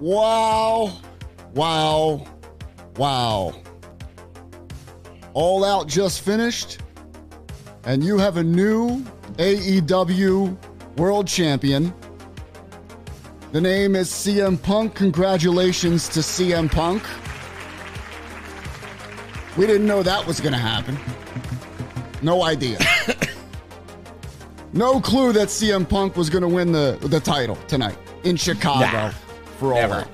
Wow. Wow. Wow. All Out just finished, and you have a new AEW World Champion. The name is CM Punk. Congratulations to CM Punk. We didn't know that was going to happen. No idea. no clue that CM Punk was going to win the, the title tonight in Chicago Nah, for all never. that.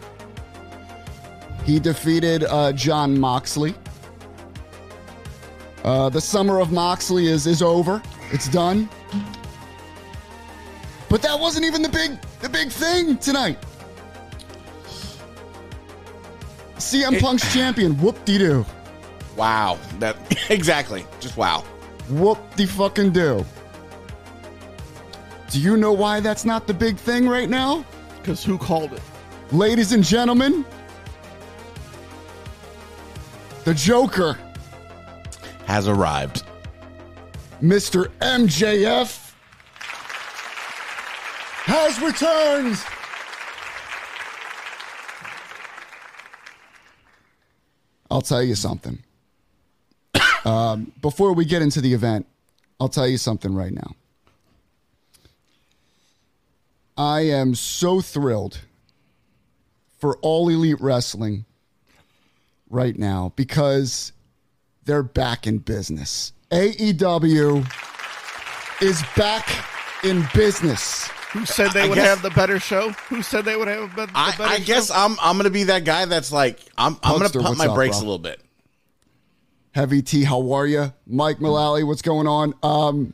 He defeated uh, John Moxley. Uh, the summer of Moxley is is over. It's done. But that wasn't even the big the big thing tonight. CM Punk's champion. Whoop de doo. Wow. That exactly. Just wow. Whoop de fucking do. Do you know why that's not the big thing right now? Because who called it? Ladies and gentlemen, the Joker, Has arrived. Mr. MJF, has returned. I'll tell you something. um, before we get into the event, I'll tell you something right now. I am so thrilled for all elite wrestling right now because they're back in business. AEW is back in business. Who said they I would guess- have the better show? Who said they would have a, bet- a I, better I show? guess I'm I'm gonna be that guy that's like I'm I'm Punkster, gonna pump what's my up, bro? brakes a little bit. Heavy T, how are you? Mike Mullally, what's going on? Um,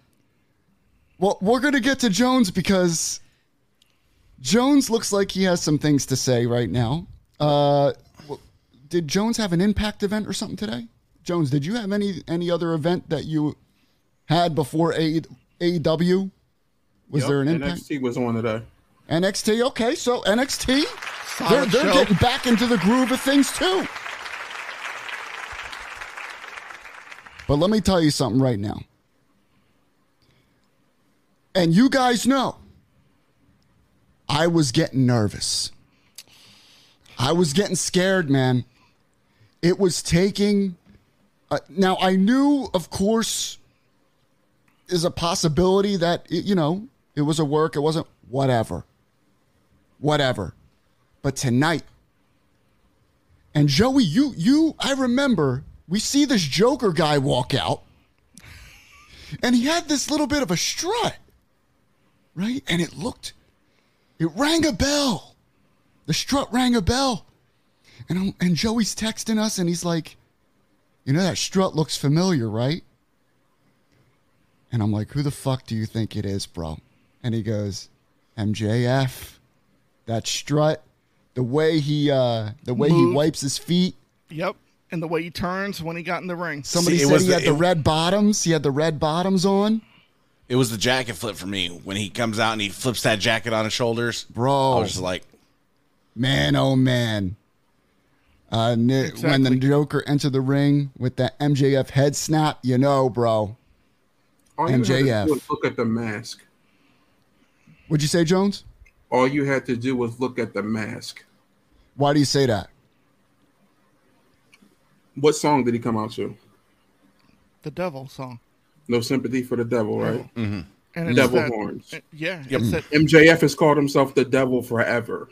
well, we're going to get to Jones because Jones looks like he has some things to say right now. Uh, w- did Jones have an impact event or something today? Jones, did you have any any other event that you had before A- AEW? Was there an impact? NXT was on today. NXT. Okay, so NXT, they're, Solid they're show. getting back into the groove of things too. But let me tell you something right now. And you guys know, I was getting nervous. I was getting scared, man. It was taking. Uh, now, I knew, of course, is a possibility that it, you know it was a work it wasn't whatever whatever but tonight and joey you you i remember we see this joker guy walk out and he had this little bit of a strut right and it looked it rang a bell the strut rang a bell and I'm, and joey's texting us and he's like you know that strut looks familiar right and I'm like, who the fuck do you think it is, bro? And he goes, MJF. That strut, the way he uh the way he Move. wipes his feet. Yep. And the way he turns when he got in the ring. Somebody See, it said was he the- had the it- red bottoms. He had the red bottoms on. It was the jacket flip for me when he comes out and he flips that jacket on his shoulders. Bro. I was just like, Man, oh man. Uh, n- When the Exactly. Joker entered the ring with that MJF head snap, you know, bro. All you had to do MJF. was look at the mask. What'd you say, Jones? All you had to do was look at the mask. Why do you say that? What song did he come out to? The devil song. No sympathy for the devil, right? And it's Devil Mm-hmm. that- horns. Yeah. It's that, MJF has called himself the devil forever.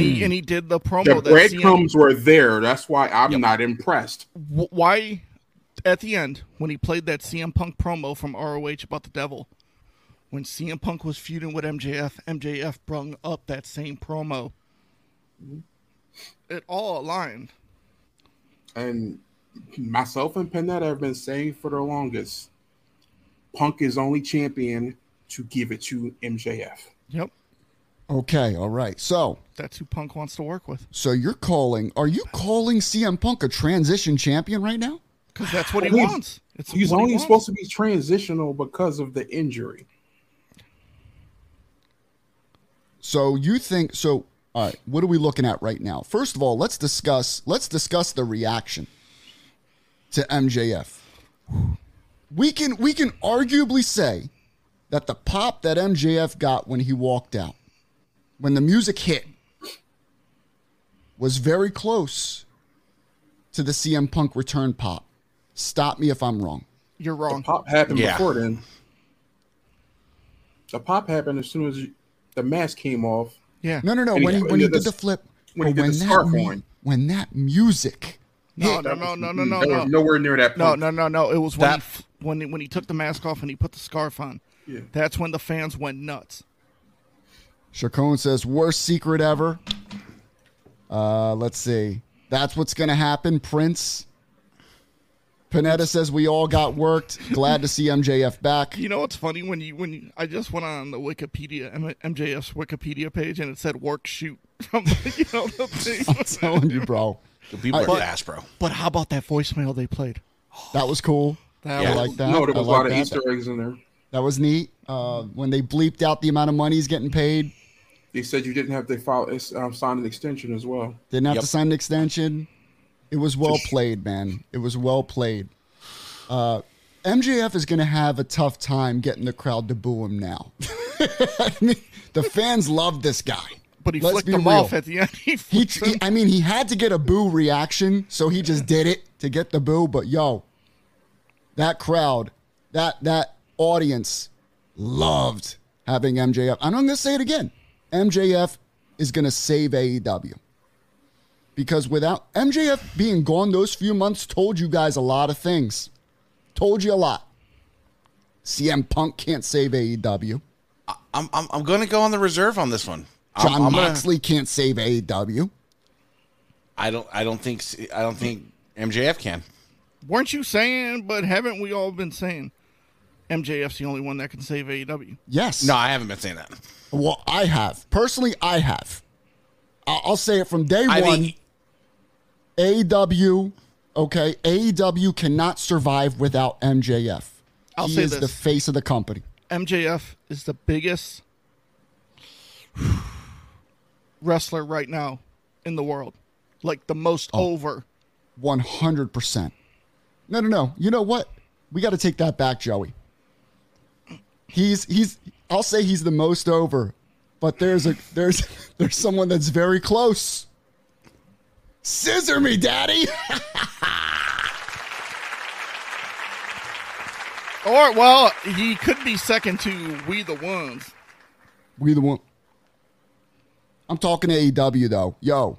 Mm. he, and he did the promo The Oh, that CM breadcrumbs were there. That's why I'm not impressed. wh- why at the end when he played that CM Punk promo from ROH about the devil when CM Punk was feuding with MJF MJF brung up that same promo it all aligned And myself and Panetta have been saying for the longest, Punk is only champion to give it to MJF. yep Okay, all right. So, that's who Punk wants to work with so you're calling? Are you calling CM Punk a transition champion right now? because that's what he He's- wants it's He's what he only wants. supposed to be transitional because of the injury. So you think so? All right. What are we looking at right now? First of all, let's discuss. Let's discuss the reaction to MJF. We can we can arguably say that the pop that MJF got when he walked out, when the music hit, was very close to the CM Punk return pop. Stop me if I'm wrong. You're wrong. Pop happened Yeah. before then. The pop happened as soon as the mask came off. Yeah. No, no, no. And he- When he, when when he he did did the- the flip, when he but did the that scarf mu- on. when that music, No, no, That no, was- no, no, no, that no. was nowhere near that. No, Punk. no, no, no. It was when That- he, f- when he, when he took the mask off and he put the scarf on. Yeah. That's when the fans went nuts. Chacon says, worst secret ever. Uh, let's see. That's what's going to happen, Prince. Panetta says, we all got worked. Glad to see MJF back. You know what's funny when you when you, I just went on the Wikipedia M- MJF's Wikipedia page and it said work shoot from you know the I'm thing. telling you, bro. The people But- are fast, bro. But how about that voicemail they played? That was cool. That Yeah. I was- like that. No, there was I a like lot of that. Easter eggs in there. That was neat. Uh, when they bleeped out the amount of money he's getting paid, They said you didn't have to file um, sign an extension as well. didn't have Yep. to sign an extension. It was well played, man. It was well played. Uh, MJF is going to have a tough time getting the crowd to boo him now. I mean, the fans love this guy. but he Let's flicked be them real. off at the end. He, He, flicked he, them. I mean, he had to get a boo reaction, so he just did it to get the boo. But yo, that crowd, that that audience, loved having MJF. And I'm going to say it again: MJF is going to save AEW because without MJF being gone, those few months told you guys a lot of things. Told you a lot. CM Punk can't save E AEW. I'm I'm, I'm going to go on the reserve on this one. I'm- John I'm gonna- Moxley can't save E AEW. I don't I don't think I don't think MJF can. Weren't you saying? But haven't we all been saying? MJF's the only one that can save E AEW. Yes. No, I haven't been saying that. Well, I have personally. I have. I- I'll say it from day I one. mean, AEW, okay. AEW cannot survive without MJF. I'll he say is this. the face of the company. MJF is the biggest wrestler right now in the world. Like the most Oh. over. One hundred percent. No, no, no. You know what? We got to take that back, Joey. He's he's. I'll say he's the most over, but there's a there's there's someone that's very close. Scissor me, daddy. Or well, he could be second to We the Ones. We the one. I'm talking AEW though. Yo,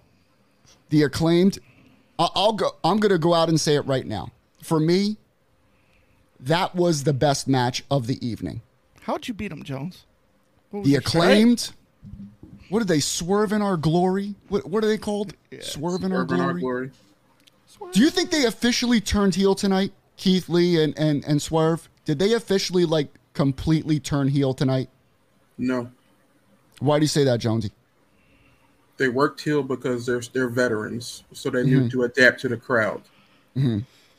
the acclaimed. I- I'll go. I'm gonna go out and say it right now. For me, that was the best match of the evening. How'd you beat him, Jones? What was The your strat- acclaimed. What are they? Swerve in our glory. What What are they called? Swerve in our Urban Art glory. Glory. Do you think they officially turned heel tonight? Keith Lee and and and Swerve. Did they officially like completely turn heel tonight? No, Why do you say that, Jonesy? they worked heel because they're they're veterans, so they Mm-hmm. knew to adapt to the crowd.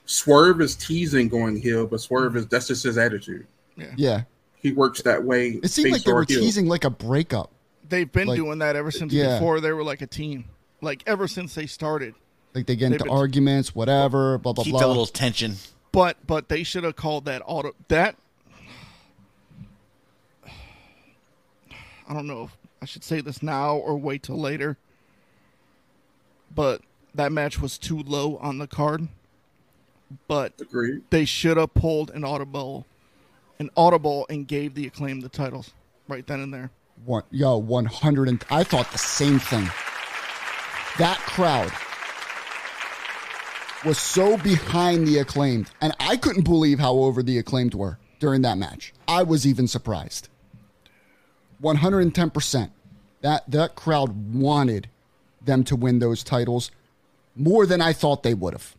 Swerve is teasing going heel, but Swerve is that's just his attitude. Yeah, He works that way. it seemed face like they or were heel. teasing like a breakup. They've been Like, doing that ever since yeah. before they were like a team. Like ever since they started. Like they get They've into been- arguments, whatever, blah blah keep blah. that little tension. But but they should have called that auto that I don't know if I should say this now or wait till later. But that match was too low on the card. But Agreed. they should have pulled an audible an audible and gave the acclaim the titles right then and there. One, yo, one hundred and I thought the same thing. That crowd was so behind the acclaimed, and I couldn't believe how over the acclaimed were during that match. I was even surprised. One hundred and ten percent. That that crowd wanted them to win those titles more than I thought they would have.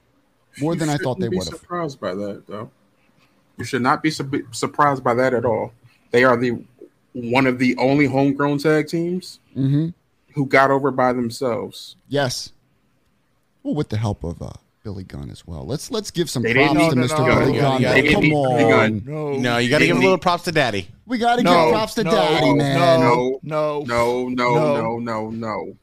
More You than I thought shouldn't they be would have. Surprised by that though. You should not be sub- surprised by that at all. They are the one of the only homegrown tag teams Mm-hmm. who got over by themselves. Yes. Well, with the help of uh, Billy Gunn as well. Let's let's give some They props didn't- to No, no, Mr. no, Billy no, Gunn. no, though. they didn't Come need Billy on, Gunn. Oh, No. No, you got to give a little props to Daddy. we got to No, give props to no, Daddy, no, man. No, no, No, no, No. no, no, no.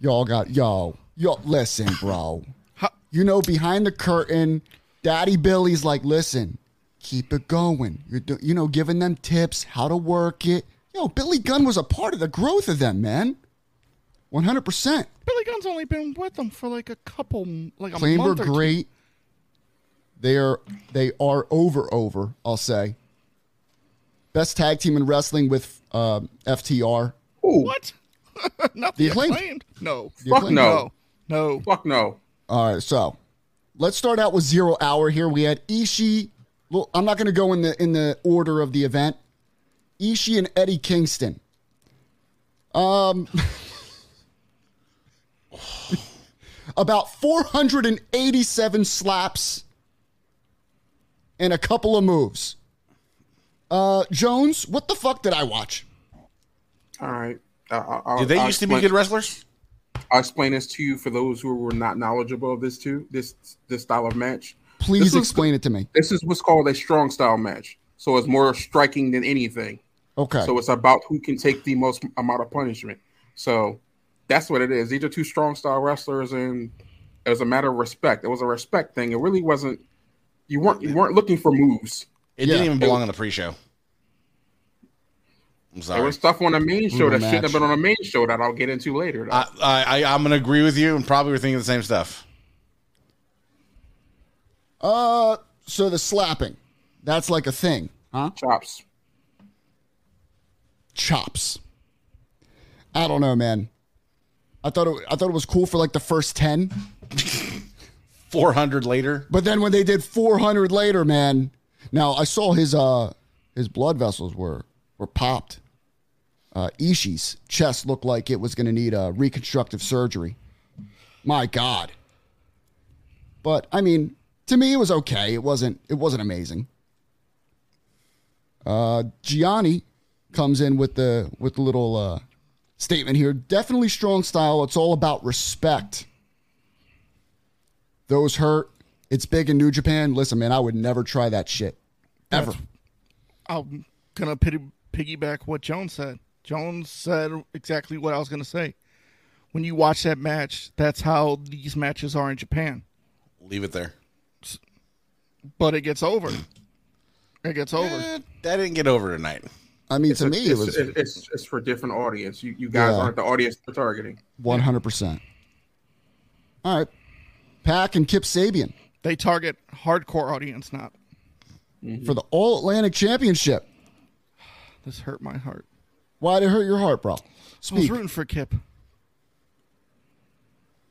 Y'all got y'all. Y'all listen, bro. How- You know, behind the curtain, Daddy Billy's like, listen, keep it going. You're do- you know, giving them tips how to work it. Yo, Billy Gunn was a part of the growth of them, man. One hundred percent. Billy Gunn's only been with them for like a couple, like a Claim were month or two. great. They are they are over over. I'll say. Best tag team in wrestling with um, FTR. Ooh, What? Not the acclaimed. acclaimed. No. The Fuck Acclaimed. no. No. Fuck no. All right, so let's start out with zero hour here. We had Ishii. Well, I'm not going to go in the in the order of the event. Ishii and Eddie Kingston. Um, about 487 slaps and a couple of moves. Uh, Jones, what the fuck did I watch? All right. I- I- I'll- Did they I'll used to be explain- good wrestlers? I'll explain this to you for those who were not knowledgeable of this too. This this style of match. Please This was- explain it to me. This is what's called a strong style match. So it's more striking than anything. Okay. So it's about who can take the most amount of punishment. So that's what it is. These are two strong style wrestlers, and it was a matter of respect. It was a respect thing. It really wasn't. You weren't you weren't looking for moves. It Yeah. didn't even belong on the pre-show. I'm sorry. There was stuff on the main show Brutal that shouldn't match. have been on the main show that I'll get into later. though. I, I, I, I'm going to agree with you, and probably we're thinking the same stuff. Uh, so the slapping. That's like a thing, huh? Chops. chops. I don't know, man. I thought it, I thought it was cool for like the first ten, 400 later. but then when they did 400 later, man. Now I saw his uh his blood vessels were were popped. Uh, Ishii's chest looked like it was going to need a reconstructive surgery. My God. But I mean, to me, it was okay. It wasn't. It wasn't amazing. Uh, Gianni comes in with the with the little uh, statement here. Definitely strong style. It's all about respect. Those hurt. It's big in New Japan. Listen, man, I would never try that shit ever. I'm gonna pity, piggyback what Jones said. Jones said exactly what I was gonna say. When you watch that match, that's how these matches are in Japan. Leave it there. But it gets over. It gets over. Eh, that didn't get over tonight. I mean, to me, it it's, was it's, it's, it's for a different audience. You, you guys Yeah. aren't the audience they're targeting. one hundred percent. All right, Pack and Kip Sabian They target hardcore audience, not. for the All Atlantic Championship. This hurt my heart. Why'd it hurt your heart, bro? I was Speak. rooting for Kip.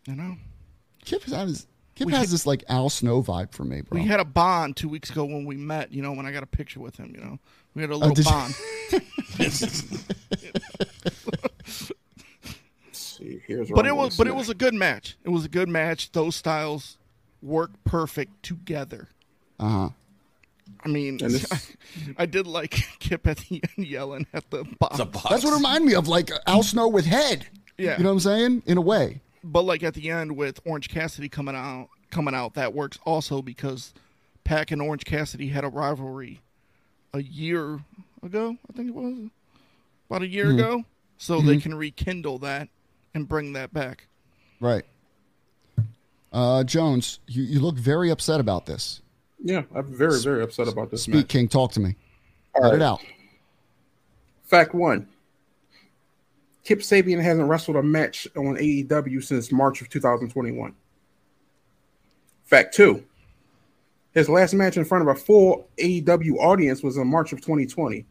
You know, Kip has Kip has this like Al Snow vibe for me, bro. we had a bond two weeks ago when we met. You know, when I got a picture with him. You know, we had a little Oh, did you- bond. Let's see, here's but it Rumble was but it Snack. was a good match. It was a good match. Those styles work perfect together. Uh huh. I mean, And this- I did like Kip at the end yelling at the box, The box. That's what it reminded me of, like Al Snow with head. Yeah. You know what I'm saying? In a way. but like at the end with Orange Cassidy coming out, coming out that works also because Pac and Orange Cassidy had a rivalry a year ago, I think it was about a year ago, so they can rekindle that and bring that back. Right. Uh, Jones, you, you look very upset about this. yeah. I'm very very upset about this. Speak, match. King. Talk to me. All Let right. it out. Fact one. Kip Sabian hasn't wrestled a match on AEW since March of 2021. Fact two. His last match in front of a full AEW audience was in March of 2020.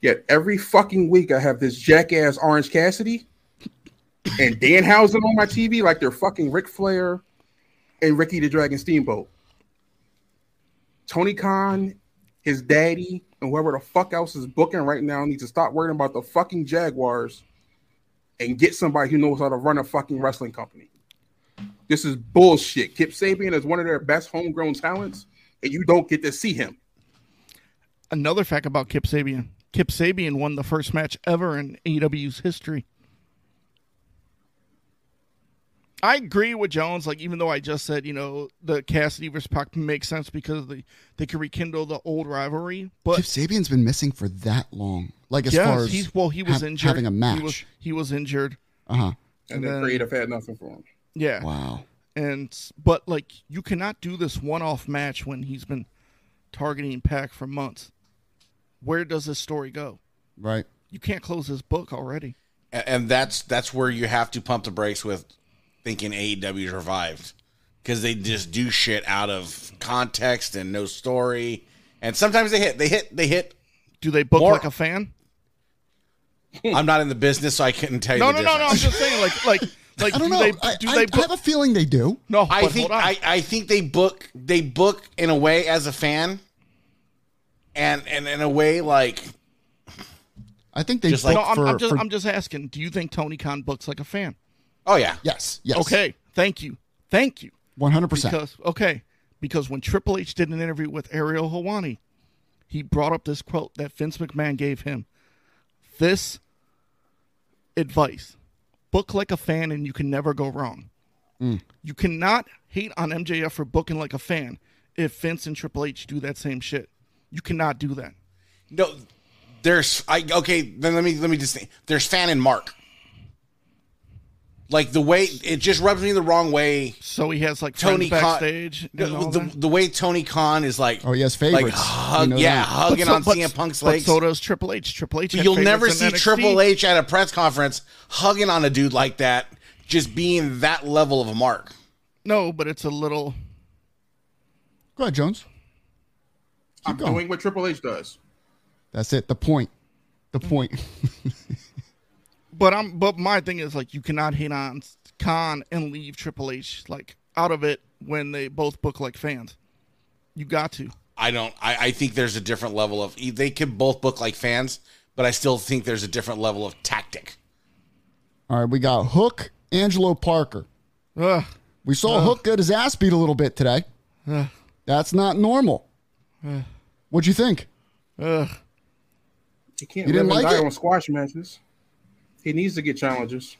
Yet every fucking week I have this jackass Orange Cassidy and Danhausen on my TV like they're fucking Ric Flair and Ricky the Dragon Steamboat. Tony Khan, his daddy, and whoever the fuck else is booking right now needs to stop worrying about the fucking Jaguars and get somebody who knows how to run a fucking wrestling company. This is bullshit. Kip Sabian is one of their best homegrown talents, and you don't get to see him. Another fact about Kip Sabian: Kip Sabian won the first match ever in AEW's history. I agree with Jones. Like, even though I just said, you know, the Cassidy versus Pac makes sense because they they can rekindle the old rivalry. But Kip Sabian's been missing for that long. Like as yes, far as he's well, he was hav- injured. having a match. He was, he was injured. uh huh. And, And the then- creative had nothing for him. Yeah, Wow. and s- but like you cannot do this one-off match when he's been targeting Pac for months. Where does this story go? Right. You can't close this book already. and, and that's that's where you have to pump the brakes with thinking E AEW revived because they just do shit out of context and no story, and sometimes they hit, they hit, they hit. Do they book More- like a fan? I'm not in the business, so I couldn't tell you. Hmm. No, the no, no, no. I'm difference. just saying, like, like, like, I don't do know. they I, do I- they I book? have a feeling they do. no, I but think hold on. I, I think they book they book in a way as a fan, and and in a way like I think they Just book like- no, I'm, for, I'm just, for- I'm just asking. Do you think Tony Khan books like a fan? oh yeah yes, yes. Okay, thank you, thank you. one hundred percent. Because okay, because when Triple H did an interview with Ariel Hawani, he brought up this quote that Vince McMahon gave him. This advice: book like a fan, and you can never go wrong. Mm. You cannot hate on MJF for booking like a fan if Vince and Triple H do that same shit. You cannot do that. no there's I okay then let me let me just think. there's fan and Mark like the way it just rubs me the wrong way So he has like Tony Tony Khan backstage. and all the, that. the way Tony Khan is like Oh, he has like favorites. hug, We know yeah that. hugging So- on but- CM Punk's but legs So does Triple H. Triple H. had You'll never favorites see in NXT. Triple H at a press conference hugging on a dude like that, just being that level of a mark. No, but it's a little. Go ahead, Jones. I'm going. doing what Triple H does. That's it. The point. The point. But I'm but my thing is like you cannot hate on Khan and leave Triple H like out of it when they both book like fans. You got to. I don't. I, I think there's a different level of. They could both book like fans, but I still think there's a different level of tactic. All right, we got Hook, Angelo Parker. Ugh. We saw Hook get his ass beat a little bit today. Ugh. That's not normal. What'd you think? Ugh. He can't You live didn't and like die it? on squash matches. He needs to get challenges.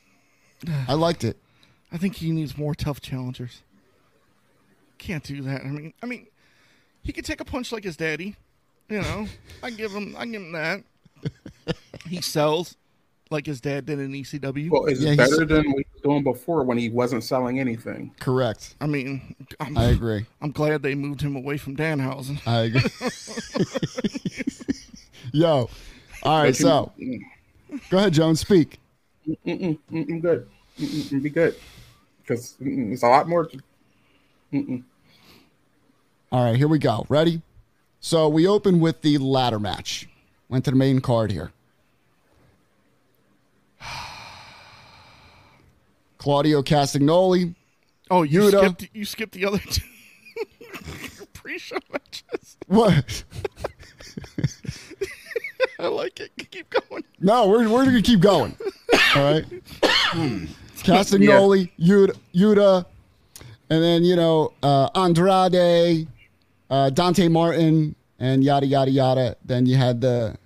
I liked it. I think he needs more tough challengers. Can't do that. I mean, I mean, he could take a punch like his daddy. You know, I give him, I give him that. He sells like his dad did in E ECW. Well, it's Yeah, he's- better than what he was doing before when he wasn't selling anything. Correct. I mean, I'm, I agree. I'm glad they moved him away from Danhausen. I agree. Yo. All right, so go ahead, Jones. Speak. Mm-mm, mm-mm, good. Mm-mm, mm, be good. Because it's a lot more. to- All right, here we go. Ready? So we open with the ladder match. Went to the main card here. Claudio Castagnoli. Oh, you Yuta. skipped you skipped the other two pre-show matches. What? I like it. Keep going. No, we're, we're going to keep going. All right. Castagnoli, Yuta, Yuta, and then, you know, uh, Andrade, uh, Dante Martin, and yada, yada, yada. Then you had the,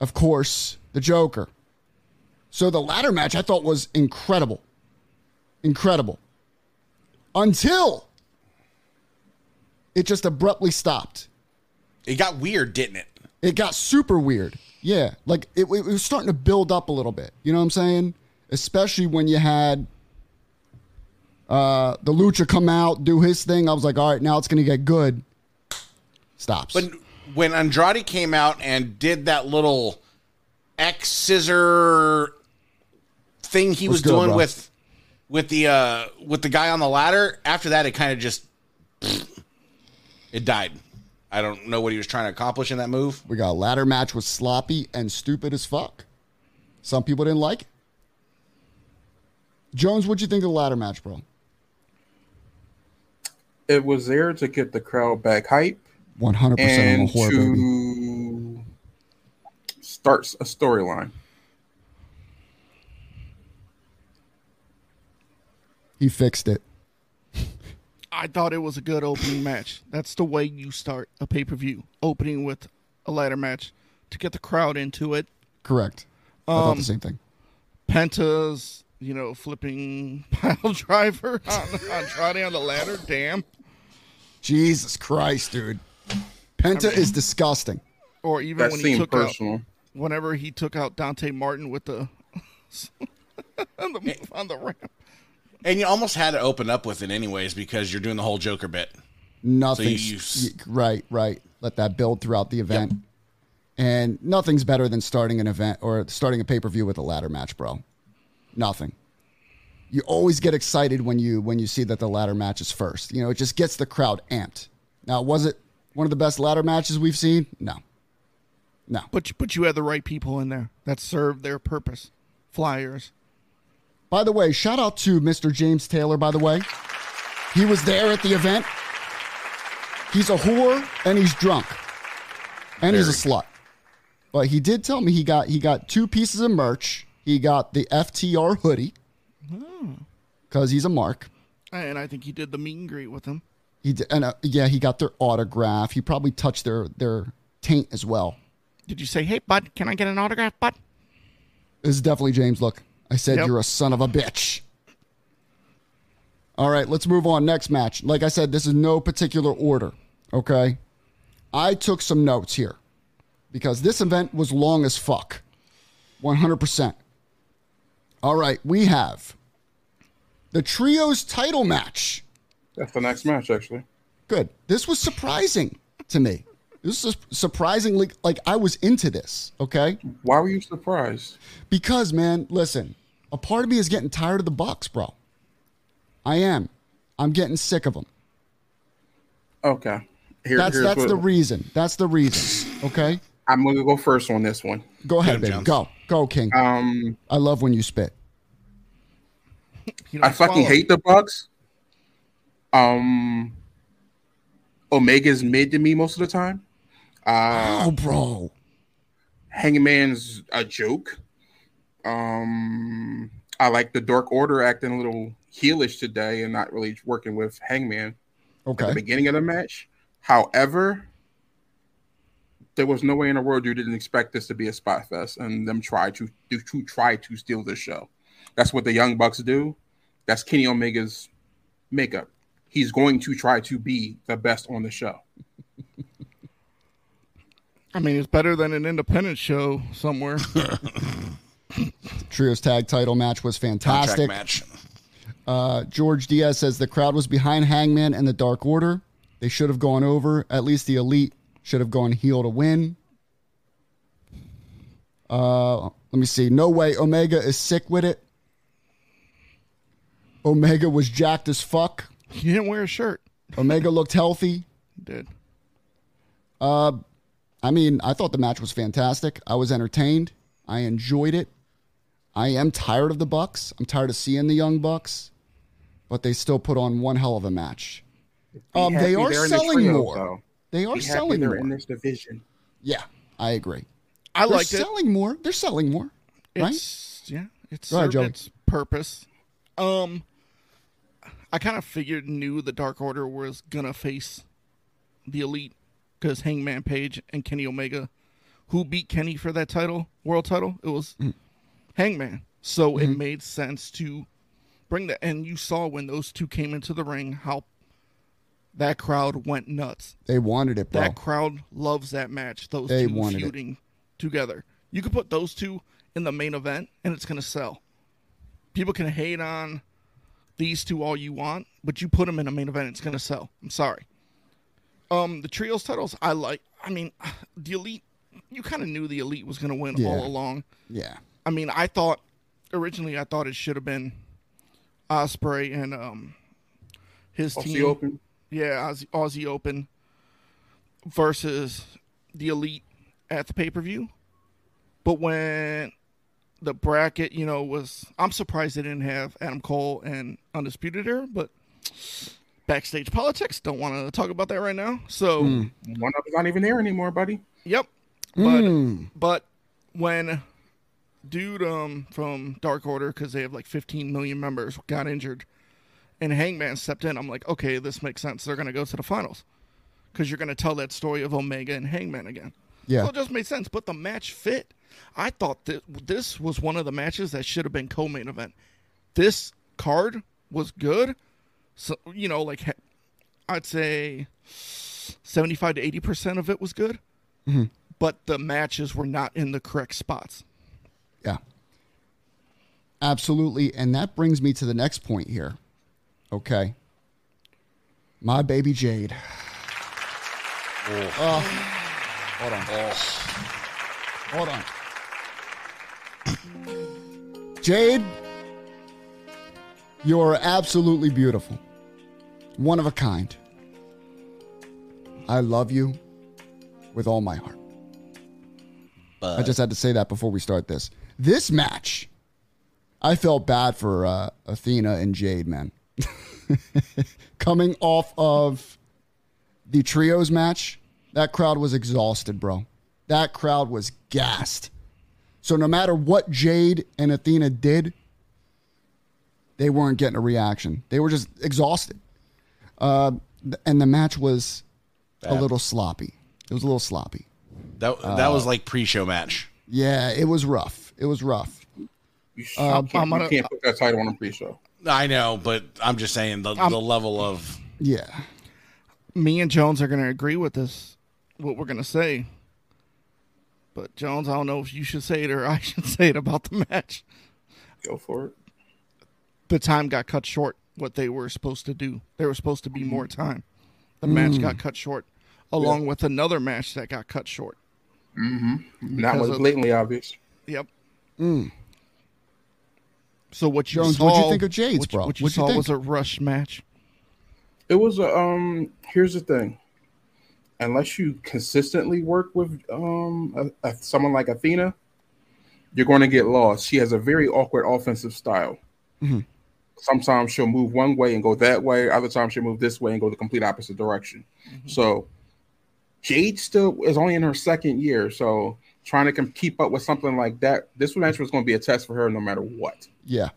of course, the Joker. So the ladder match I thought was incredible. Incredible. Until it just abruptly stopped It got weird, didn't it? it got super weird. Yeah, like it, it was starting to build up a little bit. You know what I'm saying? Especially when you had uh, the Lucha come out, do his thing. I was like, all right, now it's going to get good. Stops. But when Andrade came out and did that little X scissor thing he What's was good, doing bro? with with the uh with the guy on the ladder, after that it kind of just it died. I don't know what he was trying to accomplish in that move. we got a ladder match was sloppy and stupid as fuck. Some people didn't like it. Jones, what'd you think of the ladder match, bro? It was there to get the crowd back hype 100% on the and horror, baby. to start a storyline. He fixed it. I thought it was a good opening match. That's the way you start a pay-per-view, opening with a ladder match to get the crowd into it. Correct. I Um, thought the same thing. Penta's, you know, flipping pile driver on Andrade on the ladder. Damn. Jesus Christ, dude. Penta is disgusting. Or even That when he seemed took out, personal. whenever he took out Dante Martin with the on the move on the ramp. And you almost had to open up with it anyways because you're doing the whole Joker bit. Nothing. So you- right, right. Let that build throughout the event. And nothing's better than starting an event or starting a pay per view with a ladder match, bro. Nothing. You always get excited when you when you see that the ladder match is first. You know, it just gets the crowd amped. Now, was it one of the best ladder matches we've seen? No. No. But you, but you had the right people in there that served their purpose. Flyers. By the way, shout out to Mr. James Taylor, by the way. He was there at the event. He's a whore and he's drunk. And he's a slut. But he did tell me he got he got two pieces of merch. He got the FTR hoodie. Cuz he's a mark. And I think he did the meet and greet with him. He did, and uh, yeah, he got their autograph. He probably touched their their taint as well. Did you say, hey, bud, can I get an autograph, bud? This is definitely James. Look, I said Yep. you're a son of a bitch. All right, let's move on. Next match. Like I said, this is no particular order. Okay. I took some notes here because this event was long as fuck. 100%. All right, we have the Trios title match. That's the next match, actually. Good. This was surprising to me. This is surprisingly, like, I was into this. Okay. Why were you surprised? Because, man, listen, a part of me is getting tired of the Bucks, bro. I am. I'm getting sick of them. Okay. Here, That's here's that's what- the reason. That's the reason. Okay, I'm gonna go first on this one. go ahead, him, baby. Jones. Go, go, King. Um, I love when you spit. You know, I fucking swallow. hate the Bucks. Um, Omega's mid to me most of the time. Oh, bro. Hangman's a joke. Um, I like the Dark Order acting a little heelish today and not really working with Hangman at the Okay. beginning of the match. However, there was no way in the world you didn't expect this to be a spot fest and them try to to, to try to steal this show. That's what the Young Bucks do. That's Kenny Omega's makeup. He's going to try to be the best on the show. I mean, it's better than an independent show somewhere. Trios tag title match was Contract fantastic. match. Uh, George Diaz says the crowd was behind Hangman and the Dark Order. They should have gone over. At least the Elite should have gone heel to win. Uh, let me see. No way. Omega is sick with it. Omega was jacked as fuck. he didn't wear a shirt. Omega looked healthy. He did. I mean, I thought the match was fantastic. I was entertained. I enjoyed it. I am tired of the Bucks. I'm tired of seeing the Young Bucks, but they still put on one hell of a match. Um, happy they are they're in the selling trio, more. though. They are Be happy selling they're more. in this division. yeah, I agree. I They're liked it. selling more. They're selling more, right? It's, yeah, it's Go ahead, served Joey. its purpose. Um, I kind of figured knew the Dark Order was gonna face the Elite because Hangman Page and Kenny Omega, who beat Kenny for that title, world title, it was Mm. Hangman. So Mm-hmm. it made sense to bring that. And you saw when those two came into the ring how that crowd went nuts They wanted it, bro. that crowd loves that match. Those They two wanted it. feuding together. You could put those two in the main event, and it's gonna sell. People can hate on these two all you want, but you put them in a main event, it's gonna sell. I'm sorry. Um, the trios titles, I like. I mean, the elite. You kind of knew the elite was gonna win Yeah. all along. yeah, I mean, I thought originally I thought it should have been Osprey and um his Aussie team. Open. Yeah, Aussie, Aussie Open versus the Elite at the pay per view. But when the bracket, you know, was I'm surprised they didn't have Adam Cole and Undisputed Era, but backstage politics. Don't want to talk about that right now. So, One of them's not even there anymore, Uh, buddy. yep. But but when dude um from Dark Order because they have like 15 million members got injured, and Hangman stepped in, I'm like, okay, this makes sense. They're gonna go to the finals because you're gonna tell that story of Omega and Hangman again. yeah. So it just made sense. But the match fit. I thought that this was one of the matches that should have been co-main event. This card was good. So you know, like he- I'd say seventy-five to eighty percent of it was good. But the matches were not in the correct spots. Yeah. Absolutely. And that brings me to the next point here. Okay. My baby Jade. Oh. Oh, Hold on. Oh. Hold on. Jade, you're absolutely beautiful. One of a kind. I love you with all my heart. But I just had to say that before we start this. This match, I felt bad for uh, Athena and Jade, man. Coming off of the trios match, that crowd was exhausted, bro. That crowd was gassed. So no matter what Jade and Athena did, they weren't getting a reaction. They were just exhausted. Uh, th- and the match was a Bad. little sloppy. It was a little sloppy. that, that was like pre-show match. Yeah, it was rough. It was rough. You, sh- you can't, I'm you gonna- can't put that title on a pre-show. I know, but I'm just saying the, the level of Yeah. me and Jones are going to agree with this, what we're going to say. But Jones, I don't know if you should say it or I should say it about the match. Go for it. The time got cut short. What they were supposed to do, there was supposed to be Mm. more time. The match got cut short, along with another match that got cut short. Not Because was of- blatantly obvious. Yep. So what you Mm. Jones, saw? what'd you think of Jade's, what you- bro? What you What'd you saw think? was a rush match. It was a um. Here's the thing. Unless you consistently work with um a, a, someone like Athena, you're going to get lost. She has a very awkward offensive style. Sometimes she'll move one way and go that way. Other times she'll move this way and go the complete opposite direction. So Jade still is only in her second year, so trying to com- keep up with something like that, this match was going to be a test for her no matter what. Yeah.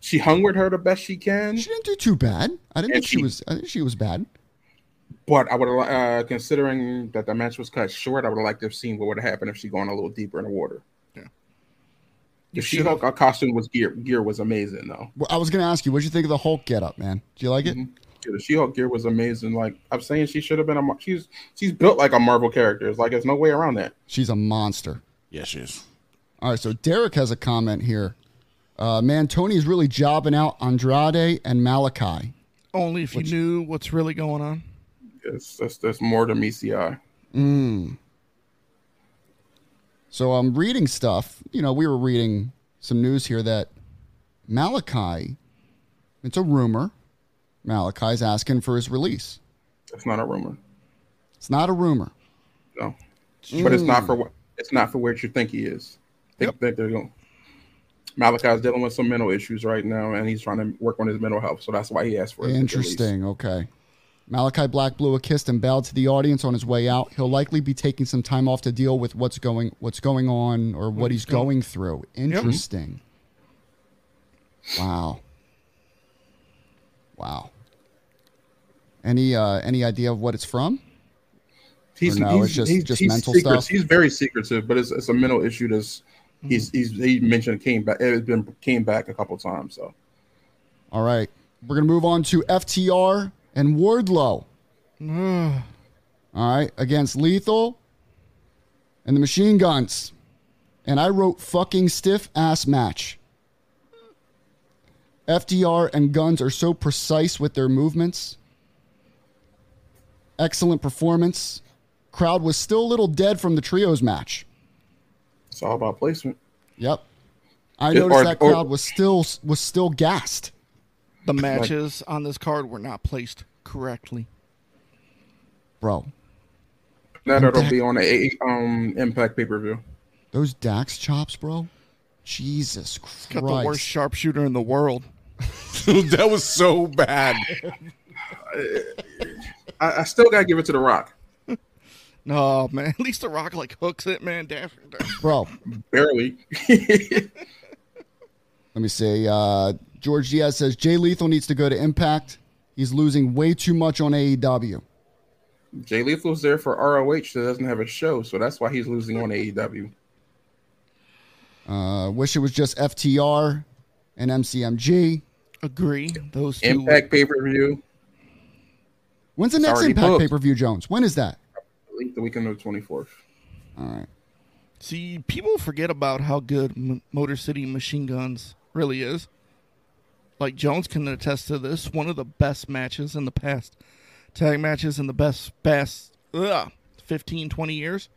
She hung with her the best she can. She didn't do too bad. I didn't And think she she- was I think she was bad. But I would have, uh, considering that the match was cut short, I would have liked to have seen what would have happened if she gone a little deeper in the water. Yeah. The She Hulk costume was gear gear was amazing though. Well, I was gonna ask you, what'd you think of the Hulk get up, man? Do you like it? The She Hulk gear was amazing. Like I'm saying, she should have been a Mar- she's she's built like a Marvel character. It's like there's no way around that. She's a monster. yes, she is. All right, so Derek has a comment here. Uh, man, Tony's really jobbing out Andrade and Malachi. Only if you knew what's really going on. It's that's that's more than meets the eye. So I'm reading stuff. You know, we were reading some news here that Malachi, it's a rumor. Malachi's asking for his release. That's not a rumor. It's not a rumor. No, but it's not for what it's not for what you think he is. They think they're going. Malachi's dealing with some mental issues right now, and he's trying to work on his mental health. So that's why he asked for it. Interesting. Okay. Malachi Black blew a kiss and bowed to the audience on his way out. He'll likely be taking some time off to deal with what's going what's going on or what he's going through. Interesting. Wow. Wow. Any uh any idea of what it's from? He's, Or no, he's it's just- he's, just he's mental secret- stuff? He's very secretive, but it's, it's a mental issue. That's he's he's he mentioned came back. It's been came back a couple times. So All right. We're going to move on to FTR and Wardlow. All right. Against Lethal and the Machine Guns. And I wrote fucking stiff ass match. FDR and Guns are so precise with their movements. Excellent performance. Crowd was still a little dead from the trios match. it's all about placement. Yep. I Yeah, noticed or- that or- crowd was still was still gassed. The matches on this card were not placed correctly. Bro, Now that'll be on a um Impact pay per view. Those Dax chops, bro. Jesus Christ. Got the worst sharpshooter in the world. Dude, that was so bad. I, I still gotta give it to The Rock. No man, at least the Rock like hooks it, man. Dash, dash. Bro, Barely. let me see. Uh, George Diaz says Jay Lethal needs to go to Impact. He's losing way too much on E AEW. Jay Lethal's there for ROH that doesn't have a show, so that's why he's losing on E AEW. Uh, wish it was just FTR and MCMG. Agree. Those two. Impact pay per view, When's the next already Impact booked. pay per view, Jones? When is that? I think the weekend of the 24th. All right. See, people forget about how good M- Motor City Machine Guns really is. Like Jones can attest to this. One of the best matches in the past tag matches in the best past ugh, 15, 20 years.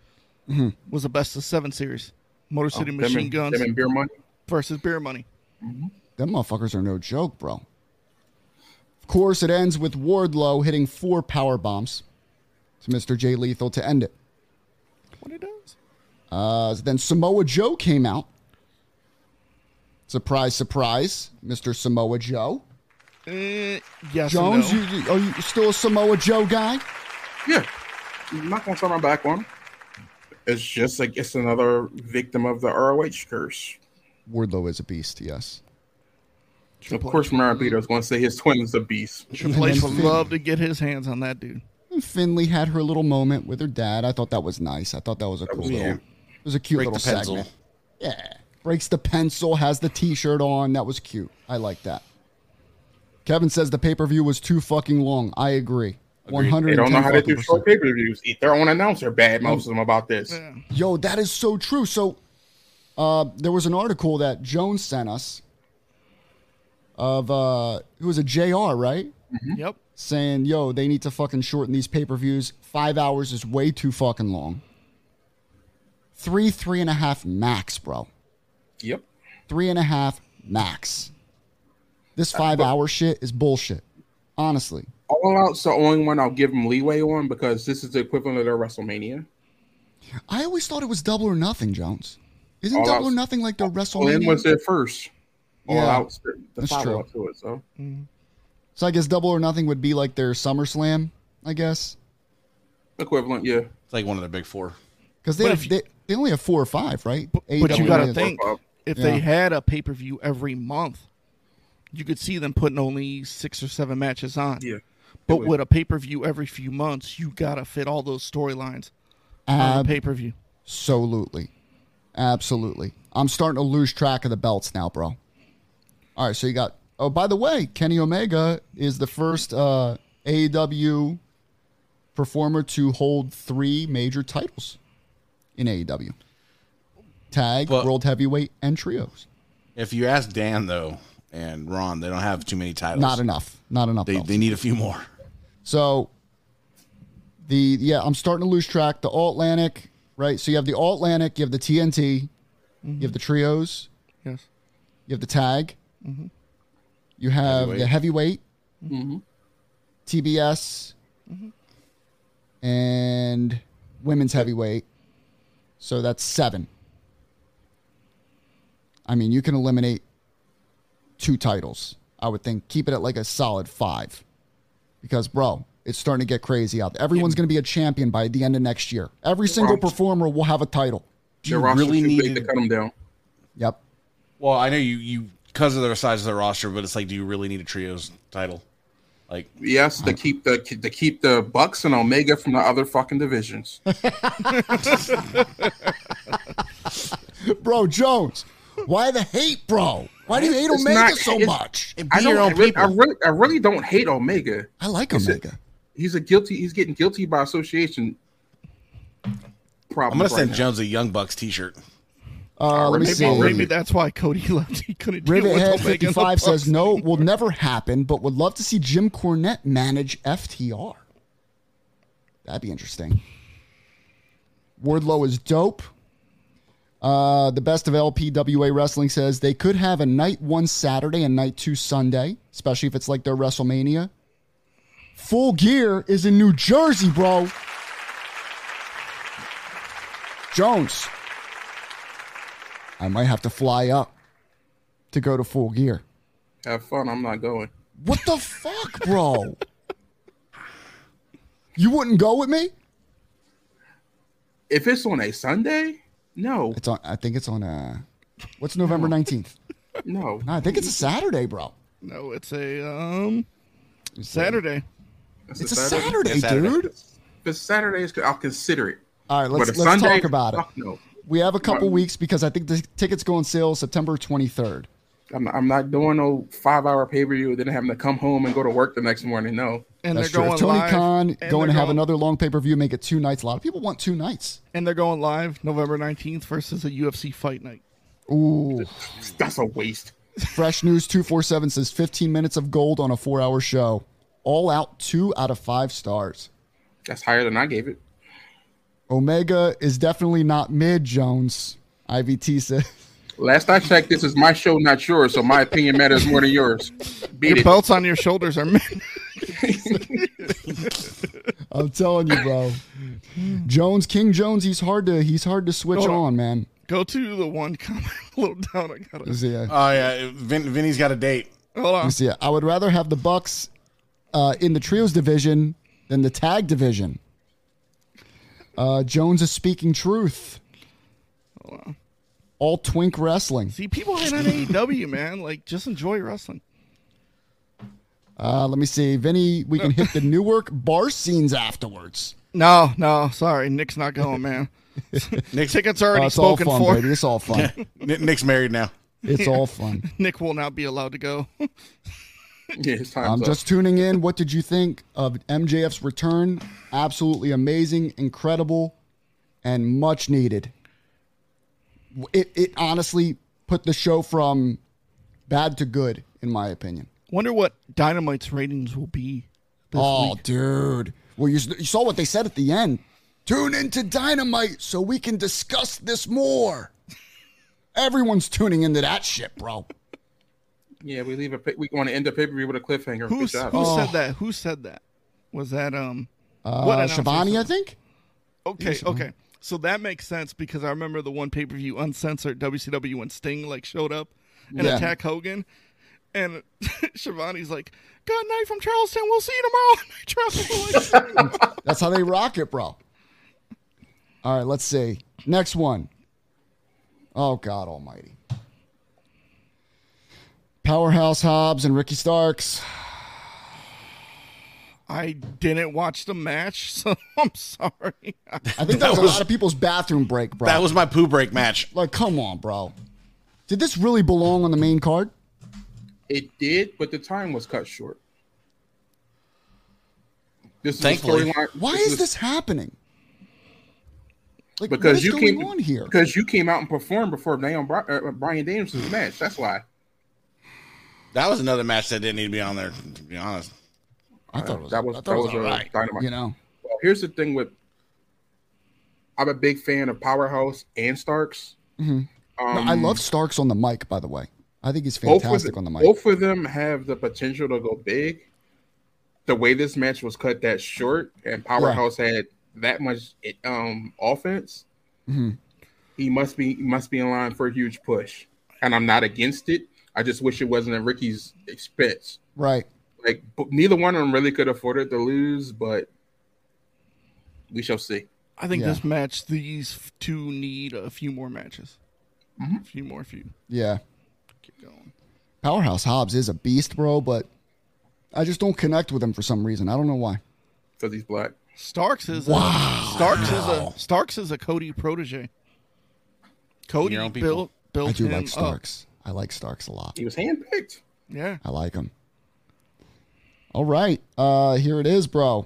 was the best of seven series. Motor City Them Machine and- Guns them and beer money. versus Beer Money. Them motherfuckers are no joke, bro. Of course, it ends with Wardlow hitting four power bombs to Mr. Jay Lethal to end it. What it does? Uh, then Samoa Joe came out. Surprise, surprise, Mr. Samoa Joe. Eh, yes. Jones, and no. you, you- are you still a Samoa Joe guy? Yeah, I'm not gonna turn my back on. him. It's just like it's another victim of the ROH curse. Wardlow is a beast, yes. of course, Marion Peter is gonna say his twin is a beast. Triple H And would then- love to get his hands on that dude. And Finley had her little moment with her dad. I thought that was nice. I thought that was a cool was little. cool. It was a cute Break little the pencil. segment. Yeah, breaks the pencil, has the T-shirt on. That was cute. I like that. Kevin says the pay-per-view was too fucking long. I agree. One They hundred don't and know how to ten Mm. do short pay per views. Eat their own announcer. Bad mouth them about this. Yeah. Yo, that is so true. So, uh, there was an article that Jones sent us of uh, it was a JR, right? Hmm? Yep. saying, yo, they need to fucking shorten these pay per views. Five hours is way too fucking long. Three, three and a half max, bro. Yep. Three and a half max. This Uh, five hour shit is bullshit. Honestly. All Out's the only one I'll give them leeway on because this is the equivalent of their WrestleMania. I always thought it was double or nothing, Jones. Isn't All double Out- or nothing like the All In was WrestleMania? their first. All Yeah, Out's the, the that's true. follow up to it. So So I guess double or nothing would be like their SummerSlam, I guess. equivalent, yeah. It's like one of the big four. Because they, But have- if you- they, they only have four or five, right? But, but you AEW got to is- think Bob. if Yeah. they had a pay per view every month, you could see them putting only six or seven matches on. Yeah. But would. with a pay per view every few months, you got to fit all those storylines on a pay per view. Absolutely. Absolutely. I'm starting to lose track of the belts now, bro. All right, so you got Oh, by the way, Kenny Omega is the first uh AEW performer to hold 3 major titles in AEW. Tag, But- World Heavyweight, and Trios. If you ask Dan though and Ron, they don't have too many titles. Not enough. Not enough. They belts. they need a few more. So the yeah, I'm starting to lose track. The All Atlantic, right? So you have the All Atlantic, you have the TNT, you have the Trios, Yes. You have the tag. You have the heavyweight. TBS. And women's heavyweight. So that's seven. I mean, you can eliminate two titles. I would think keep it at like a solid five. Because, bro, it's starting to get crazy out there. Everyone's going to be a champion by the end of next year. Every single performer will have a title. Their roster's really too big needed- to cut them down. Yep. Well, I know you you because of the size of the roster, but it's like, do you really need a trios title? Like Yes, to keep the to keep the Bucks and Omega from the other fucking divisions. Bro, Jones, why the hate, bro? Why do you hate It's Omega not- so it's- much? be I your don't. I own really, I people. really, I really don't hate Omega. I like Omega. He's a guilty. He's getting guilty by association. I'm Problem. gonna send Jones a Young Bucks T-shirt. Uh, let me Rivet- see. Maybe, maybe Rivethead that's why Cody left. He couldn't deal with Omega. and the 55 says Bucks. no, will never happen, but would love to see Jim Cornette manage FTR. That'd be interesting. Wardlow is dope. Uh, the best of LPWA wrestling says they could have a night one Saturday and night two Sunday, especially if it's like their WrestleMania. Full Gear is in New Jersey, bro. Jones, I might have to fly up to go to Full Gear. Have fun. I'm not going. What the fuck, bro? you wouldn't go with me? If it's on a Sunday, no, It's on. I think it's on. Uh, what's November nineteenth? no. No, I think it's a Saturday, bro. No, it's a um Saturday. It's a Saturday, It's Saturday. dude. If it's Saturday, it's- I'll consider it. All right, let's but a let's Sunday, talk about it. fuck No, We have a couple weeks because I think the tickets go on sale September twenty third. I'm, I'm not doing no five hour pay per view. Then having to come home and go to work the next morning. No, And That's they're true. going If Tony live. Khan and going to they're have another long pay per view, make it two nights. A lot of people want two nights. and they're going live November 19th versus a UFC fight night. Ooh. that's a waste. Fresh News 247 says 15 minutes of gold on a four hour show. All out two out of five stars. That's higher than I gave it. Omega is definitely not mid Jones. IVT says. Last I checked, this is my show, not yours. So my opinion matters more than yours. Beat Your it. belts on your shoulders are men. I'm telling you, bro. Jones, King Jones, he's hard to he's hard to switch Hold on. on, man. Go to the one comment a little down. I gotta Is he a- Oh yeah, Vin, Vinny's got a date. hold on. uh, Let's see. I would rather have the Bucks uh, in the trios division than the tag division. Uh, Jones is speaking truth. All twink wrestling. See, people ain't on AEW, man. Like, just enjoy wrestling. Uh, let me see, Vinny. We can hit the Newark bar scenes afterwards. No, no, sorry, Nick's not going, man. Nick's, Tickets Uh, already it's all spoken fun, for. baby. It's all fun. Ni- Nick's married now. It's all fun. Nick will not be allowed to go. Yeah, it's time. I'm just tuning in. What did you think of MJF's return? Absolutely amazing, incredible, and much needed. It, it honestly put the show from bad to good, in my opinion. Wonder what Dynamite's ratings will be. This oh, week. dude. Well, you, s- you saw what they said at the end. Tune into Dynamite so we can discuss this more. Everyone's tuning into that shit, bro. Yeah, we leave a. pa- We want to end the pay per view with a cliffhanger. Who, Good who job. said that? Oh. Who said that? Was that um? Uh, announcer Shivani, said I think. Okay, okay. So that makes sense because I remember the one pay per view uncensored WCW when Sting like showed up and Yeah. attacked Hogan, and Shivani's like, "Good night from Charleston. We'll see you tomorrow." Charleston, like, That's how they rock it, bro. All right, let's see. Next one. Oh, God almighty. Powerhouse Hobbs and Ricky Starks. I didn't watch the match, so I'm sorry. I think that, was, was- a lot of people's bathroom break, bro. That was my poo break match. like, come on, bro. Did this really belong on the main card? Oh. It did, but the time was cut short. This is the Thankfully. storyline- Why a- is this happening? Like, what Because is you going came on here? because you came out and performed before Daniel Bri- uh, Brian Danielson's match. That's why. That was another match that didn't need to be on there. To be honest, I thought it was, That was- I thought that it was was, uh, all right. Dynamite. You know, Well, here's the thing with I'm a big fan of Powerhouse and Starks. No, I love Starks on the mic, by the way. I think he's both fantastic of, on the mic. Both of them have the potential to go big. The way this match was cut that short, and Powerhouse had that much um, offense, Mhm. he must be he must be in line for a huge push. And I'm not against it. I just wish it wasn't at Ricky's expense. Right. Like b- neither one of them really could afford it to lose, but we shall see. I think Yeah. this match, these f- two need a few more matches. Mm-hmm. A few more, few. Yeah. Keep going. Powerhouse Hobbs is a beast, bro, but I just don't connect with him for some reason. I don't know why. Because he's black. Starks is a, Starks is a Starks is a Cody protege. Cody Your own people. built built I do him like up. Starks. I like Starks a lot. He was handpicked. Yeah, I like him. All right. Uh here it is, bro.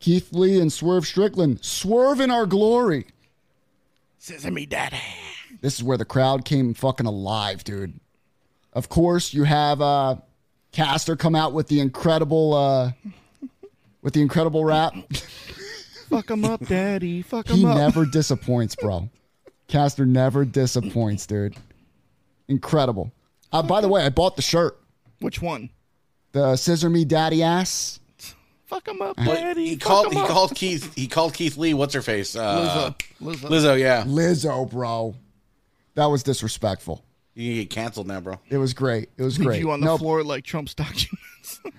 Keith Lee and Swerve Strickland. Swerve in our glory. Sesame Daddy. This is where the crowd came fucking alive, dude. Of course, you have uh Caster come out with the incredible uh with the incredible rap. Fuck him up, Daddy. Fuck him He up. never disappoints, bro. Caster never disappoints, dude. Incredible. Uh, by the way, I bought the shirt, Which one? the Scissor Me Daddy Ass. Fuck him up, But Daddy. he Fuck called him he up. called Keith he called Keith Lee. What's her face? Uh, Lizzo. Lizzo. Lizzo. Yeah, Lizzo, bro. That was disrespectful. you get canceled now, bro. It was great. It was Leave great. you on the No, floor like Trump's documents.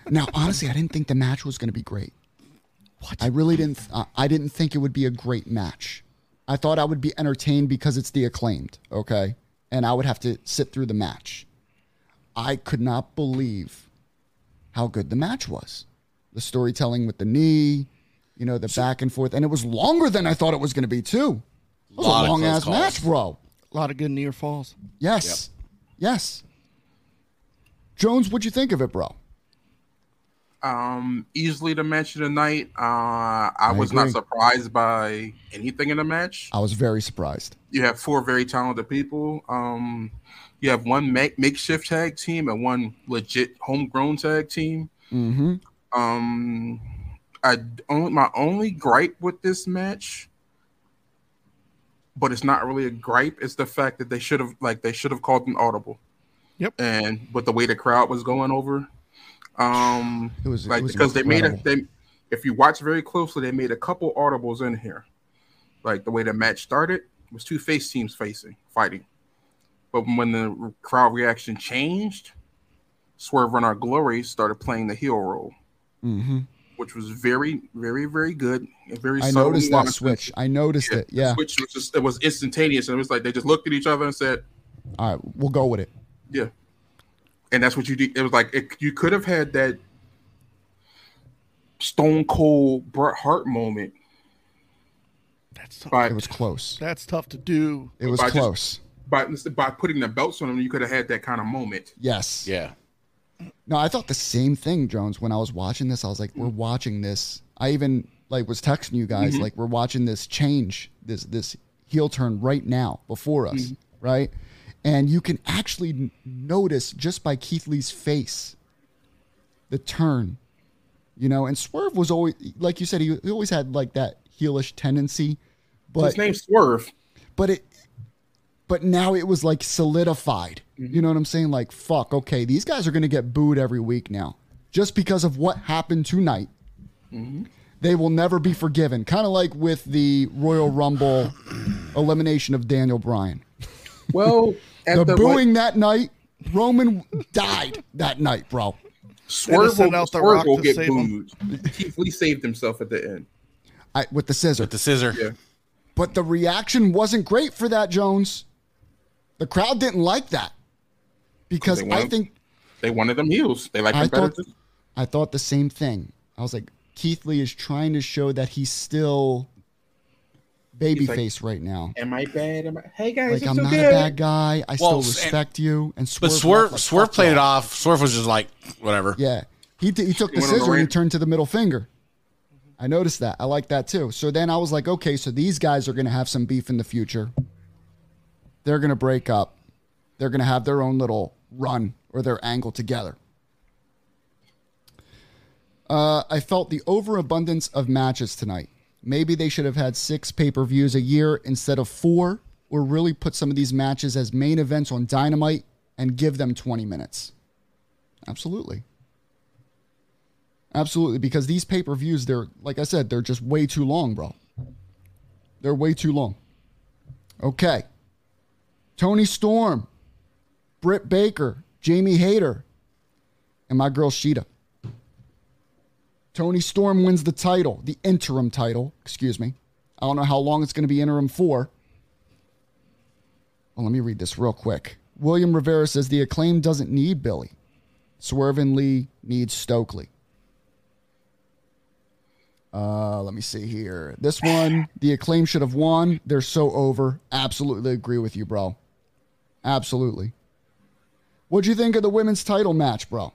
Now, honestly, I didn't think the match was going to be great. What? I really didn't. I- I didn't think it would be a great match. I thought I would be entertained because it's the acclaimed, okay, and I would have to sit through the match. I could not believe how good the match was. The storytelling with the knee, you know, the back and forth, and it was longer than I thought it was going to be too. It was Lot a of long close ass calls. match, bro. a lot of good near falls. Yes, yes. Jones, what'd you think of it, bro? um easily the match of the night. Uh I, was agree. not Uh, surprised by anything in the match. I was very surprised. You have four very talented people. Um you have one make, makeshift tag team and one legit homegrown tag team. Mm-hmm. Um I only my only gripe with this match but it's not really a gripe. It's the fact that they should have like they should have called an audible. Yep. And but the way the crowd was going over, um, It was like it was because they made a incredible. they, if you watch very closely, they made a couple audibles in here. Like the way the match started was two face teams facing fighting, but when the crowd reaction changed, Swerve and Our Glory started playing the heel role, Mhm. which was very, very, very good. and Very. I subtle noticed that nuances. switch. I noticed Yeah, it. Yeah. Which was just it was instantaneous, and it was like they just looked at each other and said, All right, we'll go with it. Yeah. And that's what you did. It was like it, you could have had that Stone Cold Bret Hart moment, That's tough. Right. It was close. That's tough to do. It was But I just- close. by by putting the belts on him, you could have had that kind of moment. Yes. Yeah. No, I thought the same thing, Jones. When I was watching this, I was like, "We're watching this." I even like was texting you guys, like, "We're watching this change, this this heel turn right now before us, right?" And you can actually n- notice just by Keith Lee's face, the turn, you know. And Swerve was always, like you said, he, he always had like that heelish tendency, but His name's Swerve. but it but now it was like solidified you know what i'm saying like fuck okay these guys are gonna get booed every week now just because of what happened tonight they will never be forgiven kind of like with the royal rumble elimination of daniel bryan Well, at the, the, booing that night roman died that night bro Swerve send will, out The Swerve Rock will to get save him. booed. Keith Lee saved himself at the end. I, with the scissor The scissor. Yeah. but the reaction wasn't great for that jones the crowd didn't like that because They i wanted- think They wanted them heels. They like I them better. thought, than- I thought the same thing. I was like, Keith Lee is trying to show that he's still babyface right now. Am I bad? Am I? Hey guys, Like it's I'm so not good. a bad guy. I still Well, and- respect you. And Swerve But Swerve like, Swerve fuck played it y'all. off. Swerve was just like whatever. Yeah, he t- he took the went on a scissor and he rant. turned to the middle finger. I noticed that. I like that too. So then I was like, okay, so these guys are gonna have some beef in the future. They're gonna break up. They're gonna have their own little run or their angle together. Uh, I felt the overabundance of matches tonight. Maybe they should have had six pay per views a year instead of four, or really put some of these matches as main events on Dynamite and give them 20 minutes. Absolutely. Absolutely, because these pay per views, they're, like I said, they're just way too long, bro. They're way too long. Okay. Tony Storm, Britt Baker, Jamie Hayter, and my girl Sheeta. Tony Storm wins the title, the interim title, excuse me. I don't know how long it's going to be interim for. Well, let me read this real quick. William Rivera says the acclaim doesn't need Billy. Swerve and Lee needs Stokely. Uh, let me see here. This one, the acclaim should have won. They're so over. Absolutely agree with you, bro. Absolutely. What'd you think of the women's title match, bro?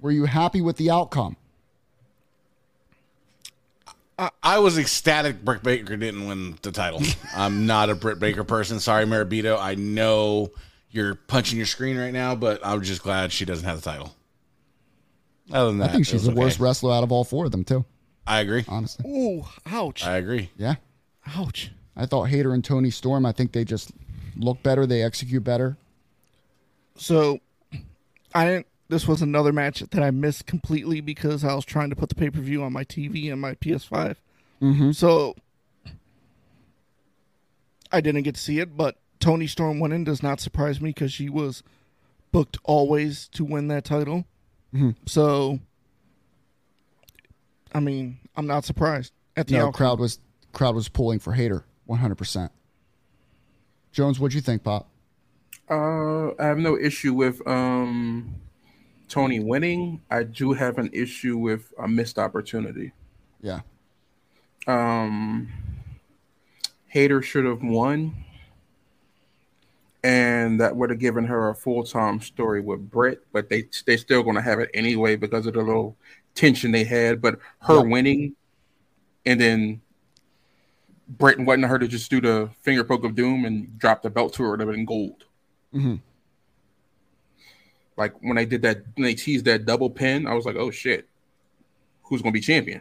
Were you happy with the outcome? I was ecstatic Britt Baker didn't win the title. I'm not a Britt Baker person. Sorry, Maribito. I know you're punching your screen right now, but I'm just glad she doesn't have the title. Other than that, I think it she's was the okay. worst wrestler out of all four of them, too. I agree. Honestly, Ooh, ouch, I agree. yeah. ouch. I thought Hater and Tony Storm. I think they just look better. They execute better. So, I didn't. This was another match that I missed completely because I was trying to put the pay per view on my TV and my PS5. Mm-hmm. So, I didn't get to see it. But Tony Storm winning does not surprise me because she was booked always to win that title. Mm-hmm. So, I mean, I'm not surprised at the No, outcome. crowd was crowd was pulling for Hater, one hundred percent. Jones, what'd you think, Pop? Uh, I have no issue with um Tony winning. I do have an issue with a missed opportunity. Yeah, Um, Hater should have won, and that would have given her a full time story with Britt. But they they still going to have it anyway because of the little tension they had. But her winning, and then Britt and wanting her to just do the finger poke of doom and drop the belt to her would have been gold. Like when they did that, when they teased that double pin, I was like, oh shit, who's going to be champion?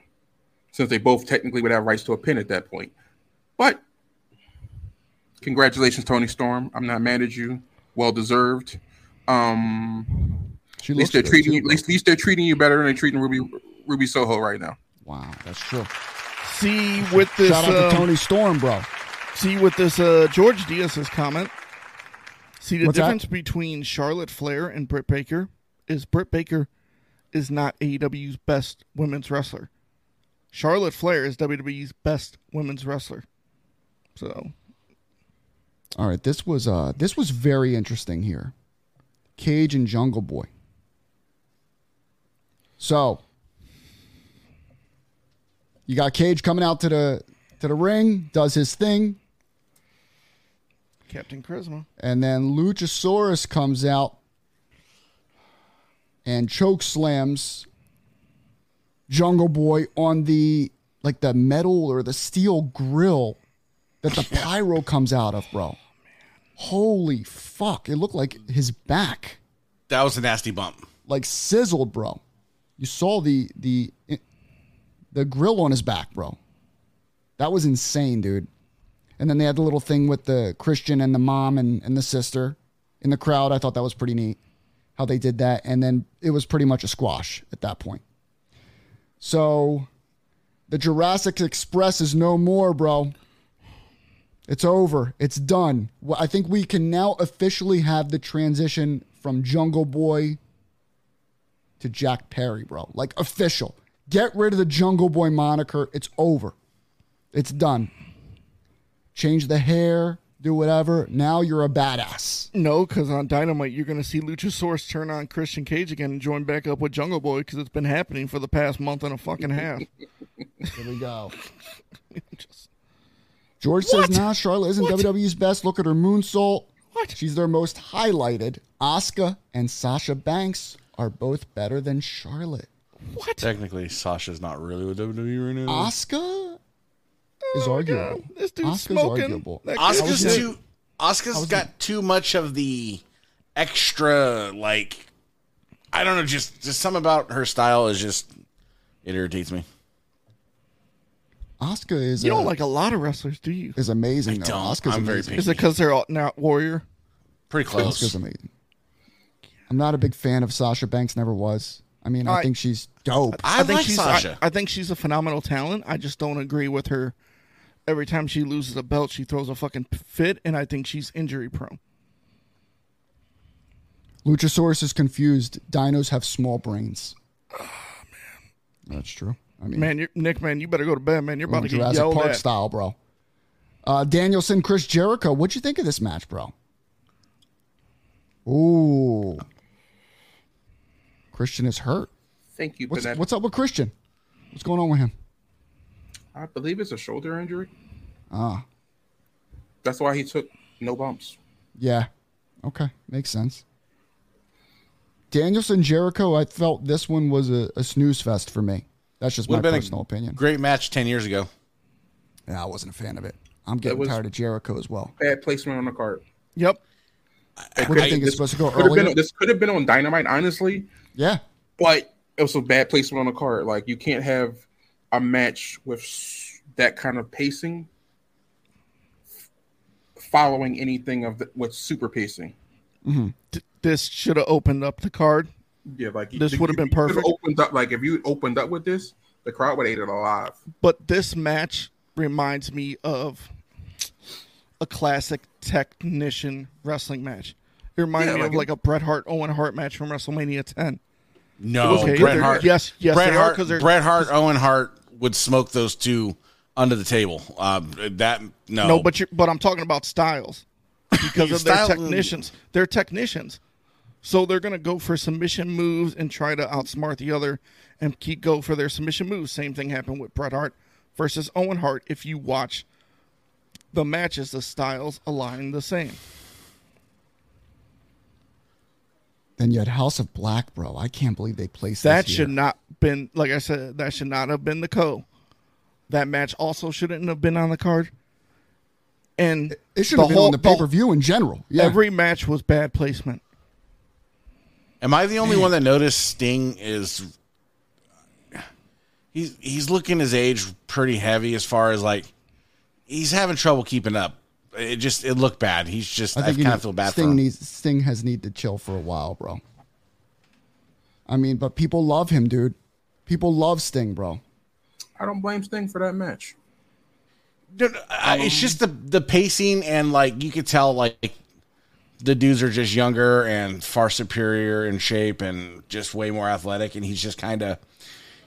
since they both technically would have rights to a pin at that point. But Congratulations, Tony Storm. I'm not mad at you. Well deserved. Um, She at looks least they're good, treating too, you. At least, at least they're treating you better than they're treating Ruby Ruby Soho right now. bro. Wow, that's true. See with this. Shout out to um, Tony Storm, bro. See with this uh, George Diaz's comment. See the What's that? difference between Charlotte Flair and Britt Baker is Britt Baker is not AEW's best women's wrestler. Charlotte Flair is WWE's best women's wrestler. So All right, this was uh this was very interesting here. Cage and Jungle Boy. So you got Cage coming out to the to the ring, does his thing, Captain Charisma. and then Luchasaurus comes out and choke slams Jungle Boy on the like the metal or the steel grill that the pyro comes out of, bro. Holy fuck! It looked like his back That was a nasty bump. like sizzled, bro. You saw the the the grill on his back, bro. That was insane, dude. And then they had the little thing with the Christian and the mom and, and the sister in the crowd. I thought that was pretty neat how they did that. And then it was pretty much a squash at that point. So the Jurassic Express is no more, bro. It's over. It's done. Well, I think we can now officially have the transition from Jungle Boy to Jack Perry, bro. Like official. Get rid of the Jungle Boy moniker. It's over. It's done. Change the hair, do whatever. Now you're a badass. No, because on Dynamite you're going to see Luchasaurus turn on Christian Cage again and join back up with Jungle Boy because it's been happening for the past month and a fucking half. Here we go. George says, nah, Charlotte isn't WWE's best. Look at her moonsault. What? She's their most highlighted. Asuka and Sasha Banks are both better than Charlotte. What? Technically, Sasha's not really with WWE right Mm. now. Asuka is arguable. Oh This dude's Asuka's smoking. arguable. That girl- Oscar's too. Oscar's got too much of the extra like. I don't know. Just just something about her style is just it irritates me. Asuka is You uh, don't like a lot of wrestlers, do you? is amazing though. don't. Asuka's I'm very amazing. Is it because they're all not warrior? Pretty Asuka's close. amazing. I'm not a big fan of Sasha Banks. Never was. I mean, I Alright. think she's dope. I, think like she's, Sasha. I, I think she's a phenomenal talent. I just don't agree with her. Every time she loses a belt, she throws a fucking fit, and I think she's injury prone. Luchasaurus is confused. Dinos have small brains. Ah, That's true. I mean, Man, you're, Nick, man, you better go to bed, man. You're about to get Jurassic yelled Park at. style, bro. Uh, Danielson, Chris Jericho. What'd you think of this match, bro? Ooh, Christian is hurt. Thank you What's for that. what's up with Christian? What's going on with him? I believe it's a shoulder injury. Ah. That's why he took no bumps. Yeah. Okay. Makes sense. Danielson Jericho, I felt this one was a, a snooze fest for me. That's just Would've my been a personal opinion. Great match ten years ago. Yeah, I wasn't a fan of it. I'm getting was- tired of Jericho as well. Bad placement on the card. Yep. What do you I- think it's supposed to go Could have earlier? been this could have been on Dynamite, honestly, yeah. but it was a bad placement on the card. Like you can't have a match with s- that kind of pacing following anything of the, with super pacing. D- this should have opened up the card. Yeah, like This you- would've you been could've perfect. Opened up like if you opened up with this, the crowd would have ate it alive. But this match reminds me of a classic technician wrestling match. It reminded Yeah, me like of a- like a Bret Hart Owen Hart match from WrestleMania 10. No, Okay, Bret they're- Hart. yes, yes, Bret they are, Hart. 'cause they're- Bret Hart. Owen Hart would smoke those two under the table. Um, that no, Oh. No, but you but I'm talking about styles because of Style- their technicians. They're technicians, so they're gonna go for submission moves and try to outsmart the other and keep go for their submission moves. Same thing happened with Bret Hart versus Owen Hart. If you watch the matches, the styles align the same. Then you had House of Black, bro. I can't believe they placed That this should here. not been like I said. That should not have been the co. That match also shouldn't have been on the card. And It should the have been whole- on the pay per view in general. Yeah. Every match was bad placement. Am I the only one that noticed Sting is he's he's looking his age pretty heavy as far as like he's having trouble keeping up. I- It just it looked bad. He's just I, I think you kind need- of feel bad Sting for him. needs Sting has need to chill for a while, bro. I mean, but people love him, dude. People love Sting, bro. I don't blame Sting for that match. No, no, I- it's just the the pacing and like you could tell like the dudes are just younger and far superior in shape and just way more athletic and he's just kind of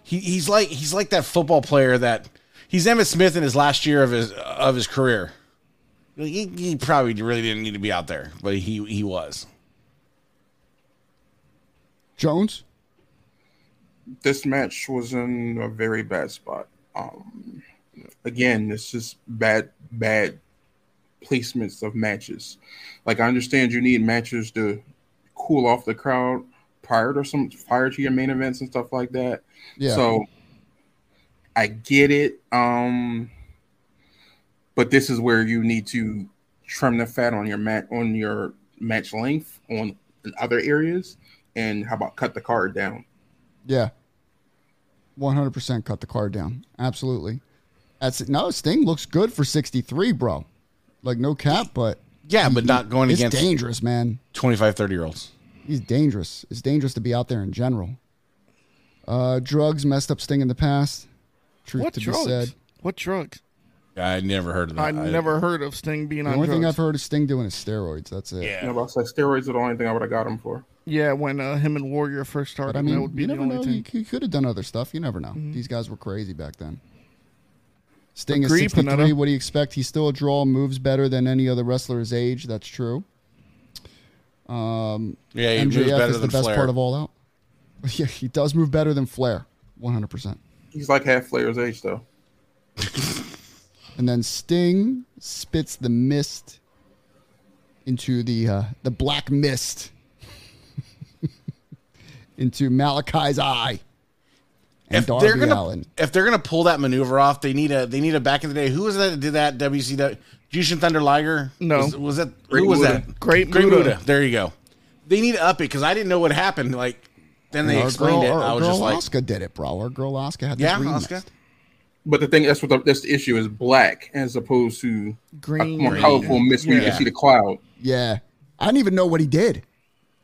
he, he's like he's like that football player that he's Emmett Smith in his last year of his of his career. He, he probably really didn't need to be out there, but he he was. Jones, This match was in a very bad spot. Um, again, it's just bad, bad placements of matches. Like I understand you need matches to cool off the crowd prior to some prior to your main events and stuff like that. yeah, So I get it. Um but this is where you need to trim the fat on your mat on your match length on in other areas and how about cut the card down. yeah, one hundred percent. Cut the card down, absolutely. That's it. No, Sting looks good for sixty three, bro. Like no cap, but Yeah, but not going it's against dangerous, man. 25 30 year olds. He's dangerous. It's dangerous to be out there in general. Uh, drugs messed up Sting in the past. Truth What to drugs? be said. What drugs? I never heard of that. I, never heard of Sting being The on only thing I've drugs. heard is Sting doing is steroids. That's it. You know, but I said steroids are the only thing I would have got him for. Yeah, when uh, him and Warrior first started, But I mean, that would be you the never only know. thing. Mm-hmm. He, could have done other stuff. You never know. These guys were crazy back then. Sting Agree, is 63. Panetta. What do you expect? He's still a draw. Moves better than any other wrestler his age. That's true. Yeah, he moves MJF better is the than best Flair. part of All Out. Yeah, he does move better than Flair, 100%. He's like half Flair's age though. And then Sting spits the mist into the uh, the black mist into Malachi's eye and if Darby they're gonna Allin. if they're gonna pull that maneuver off, they need a they need a back in the day. Who was that that did that? WCW Jushin Thunder Liger? No. was, was that Great who was Muda. that? Great Muda. Muda. There you go. They need to up it because I didn't know what happened. Like then they Our explained girl, it. Our I was girl just like, Asuka did it, bro. Our girl Asuka had the yeah, green Oscar. mask. But the thing that's what the, that's the issue is black as opposed to Green. a more colorful mist where you Yeah. can see the cloud. Yeah, I didn't even know what he did.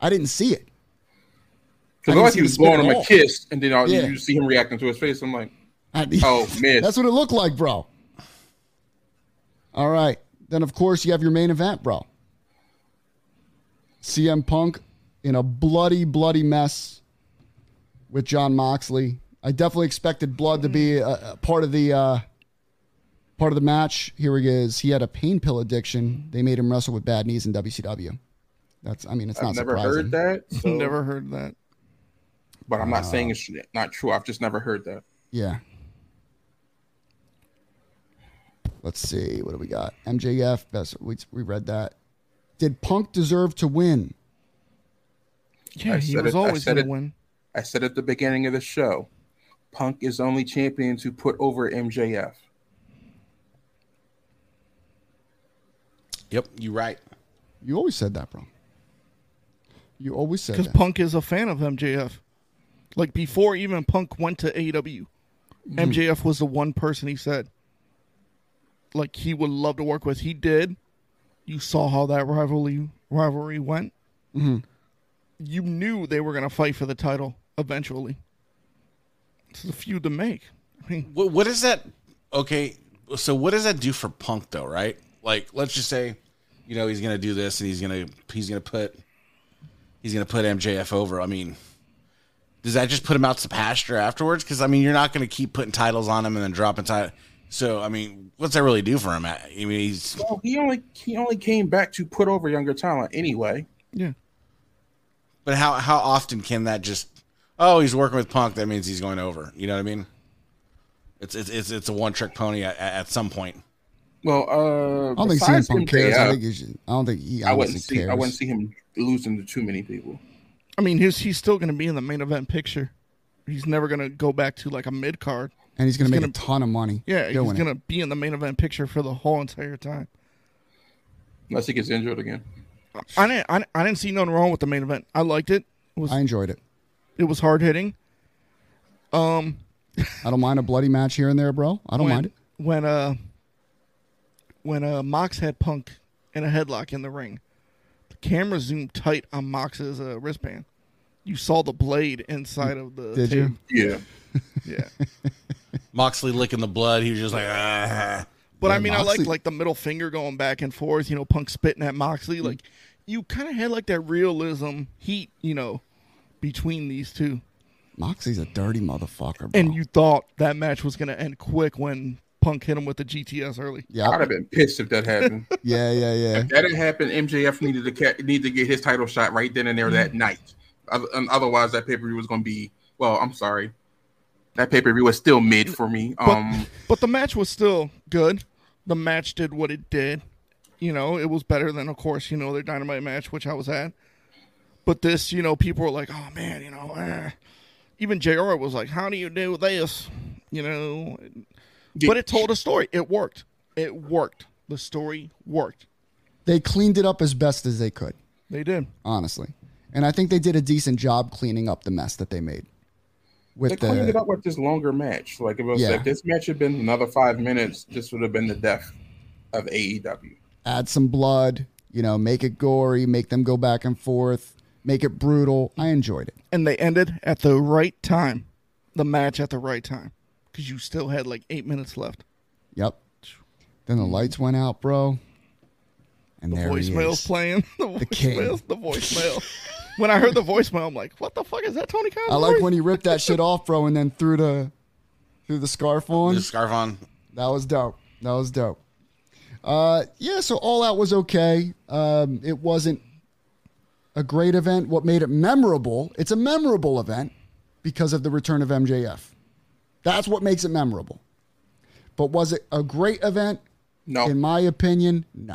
I didn't see it. I Because didn't like see he the was spin blowing at him all. a kiss, and then all, Yeah. you see him reacting to his face. I'm like, I, Oh, miss. that's what it looked like, bro. All right, then of course you have your main event, bro. CM Punk in a bloody, bloody mess with John Moxley. I definitely expected blood to be a, a part of the uh, part of the match. Here he is. He had a pain pill addiction. They made him wrestle with bad knees in WCW. That's. I mean, it's I've not never surprising. heard that. So, Never heard that. But I'm not saying it's not true. I've just never heard that. Yeah. Let's see. What do we got? MJF. Best. We, we read that. Did Punk deserve to win? Yeah, I he said was it- I always said going to it. win. I said at the beginning of the show, Punk is only champion to put over MJF. Yep, you right. You always said that, bro. You always said Because that. Punk is a fan of MJF. Like before even Punk went to E AEW, MJF was the one person he said, like he would love to work with. He did. You saw how that rivalry rivalry went. You knew they were going to fight for the title eventually. It's a feud to make. I mean, What, what does that? Okay, so what does that do for Punk though? Right? Like, let's just say, you know, he's gonna do this and he's gonna he's gonna put he's gonna put MJF over. I mean, does that just put him out to pasture afterwards? Because I mean, you're not gonna keep putting titles on him and then dropping title. So I mean, what's that really do for him? I I mean, he's Well, Oh, he only he only came back to put over younger talent anyway. yeah. but how how often can that just? Oh, he's working with Punk. That means he's going over. You know what I mean? It's it's it's, it's a one trick pony at, at at some point. Well, uh, I don't think besides CM Punk cares. I MJF, think, he should, I don't think he. I Honestly wouldn't see Cares. I wouldn't see him losing to too many people. I mean, he's he's still going to be in the main event picture. He's never going to go back to like a mid card. and he's going to make gonna- a ton of money. Yeah, he's doing going to be in the main event picture for the whole entire time. Unless he gets injured again. I didn't, I, I didn't see nothing wrong with the main event. I liked it. It was it. I enjoyed it. it was hard hitting. I don't mind a bloody match here and there, bro. I don't mind it. When uh when uh Mox had Punk in a headlock in the ring. The camera zoomed tight on Mox's uh, wristband. You saw the blade inside of the. Did you? Yeah. Yeah. Moxley licking the blood. He was just like, ah. But Yeah, I mean, I Moxley- like like the middle finger going back and forth. You know, Punk spitting at Moxley. Mm. Like you kind of had like that realism heat. You know, between these two, Moxie's a dirty motherfucker, bro. and you thought that match was gonna end quick when Punk hit him with the GTS early. I'd yeah, have been pissed if that happened. if yeah, yeah, yeah. that had happened, MJF needed to ca- need to get his title shot right then and there Mm. that night. Oth- and Otherwise, that pay per view was going to be. Well, I'm sorry. That pay per view was still mid for me. But Um, but the match was still good. The match did what it did. You know, it was better than, of course, you know, their dynamite match, which I was at. But this, you know, people were like, "Oh man, you know," eh." even Jr. was like, "How do you do this?" You know, but it told a story. It worked. It worked. The story worked. They cleaned it up as best as they could, They did. honestly. And I think they did a decent job cleaning up the mess that they made. With they the cleaned it up with this longer match. Like if, it was, Yeah. if this match had been another five minutes, this would have been the death of E AEW. add some blood, you know, make it gory, make them go back and forth, make it brutal. I enjoyed it. And they ended at the right time. The match at the right time. Because you still had like eight minutes left. Yep. Then the lights went out, bro. And The there he voicemail's is. playing. The king. voicemail. The voicemail. when I heard the voicemail, I'm like, what the fuck is that Tony Khan? I like when he ripped that shit off, bro, and then threw the threw the scarf on. The scarf on. That was dope. That was dope. Uh, yeah, so all out was okay. Um, it wasn't a great event. What made it memorable? It's a memorable event because of the return of MJF. That's what makes it memorable. But was it a great event? No, In my opinion, no.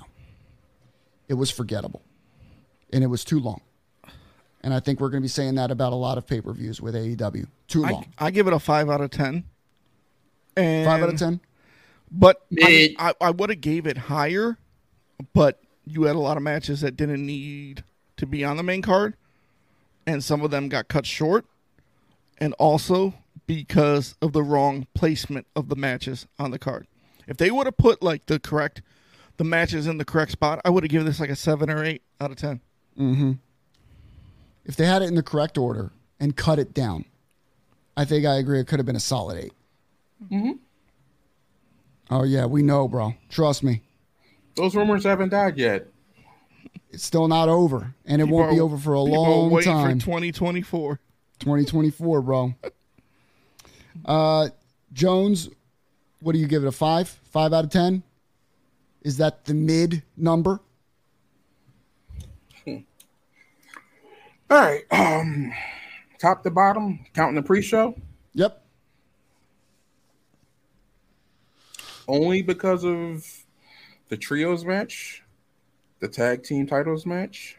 It was forgettable, and it was too long. And I think we're going to be saying that about a lot of pay per views with AEW. Too I, long. I give it a five out of ten. And Five out of ten. But I, mean, Mid. I, I would have gave it higher, but you had a lot of matches that didn't need to be on the main card, and some of them got cut short, and also because of the wrong placement of the matches on the card. If they would have put like the correct, the matches in the correct spot, I would have given this like a seven or eight out of ten. if they had it in the correct order and cut it down, I think I agree. It could have been a solid 8 Mm-hmm. Oh yeah, we know, bro. Trust me, those rumors haven't died yet. it's still not over, and it won't be People are- over for a people are long waiting time. for twenty twenty four. 2024, bro. Uh, Jones, what do you give it? A five? Five out of ten? Is that the mid number? All right, um, top to bottom, counting the pre-show, Yep. only because of the trios match, the tag team titles match,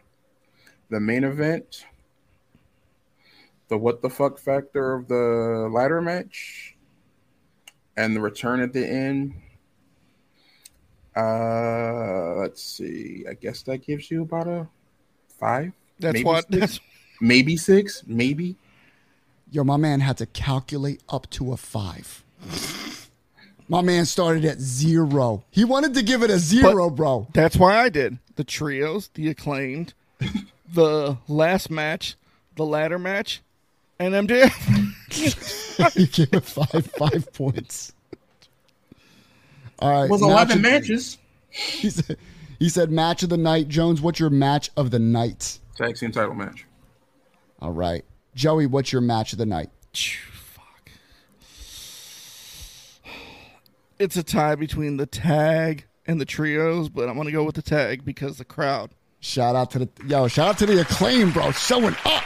the main event, the what the fuck factor of the ladder match, and the return at the end. Uh, let's see. I guess that gives you about a five. That's maybe what. six, That's maybe six, maybe. Yo, my man had to calculate up to a five. My man started at zero. He wanted to give it a zero, bro. That's why I did the trios, the acclaimed, the last match, the ladder match, and MJF. He gave it five five points. All right. It was match eleven of- matches. He said, he said match of the night. Jones, what's your match of the night? Tag team title match. All right. Joey, what's your match of the night? Fuck. It's a tie between the tag and the trios, but I'm gonna go with the tag because the crowd. Shout out to the yo, shout out to the acclaim, bro. Showing up.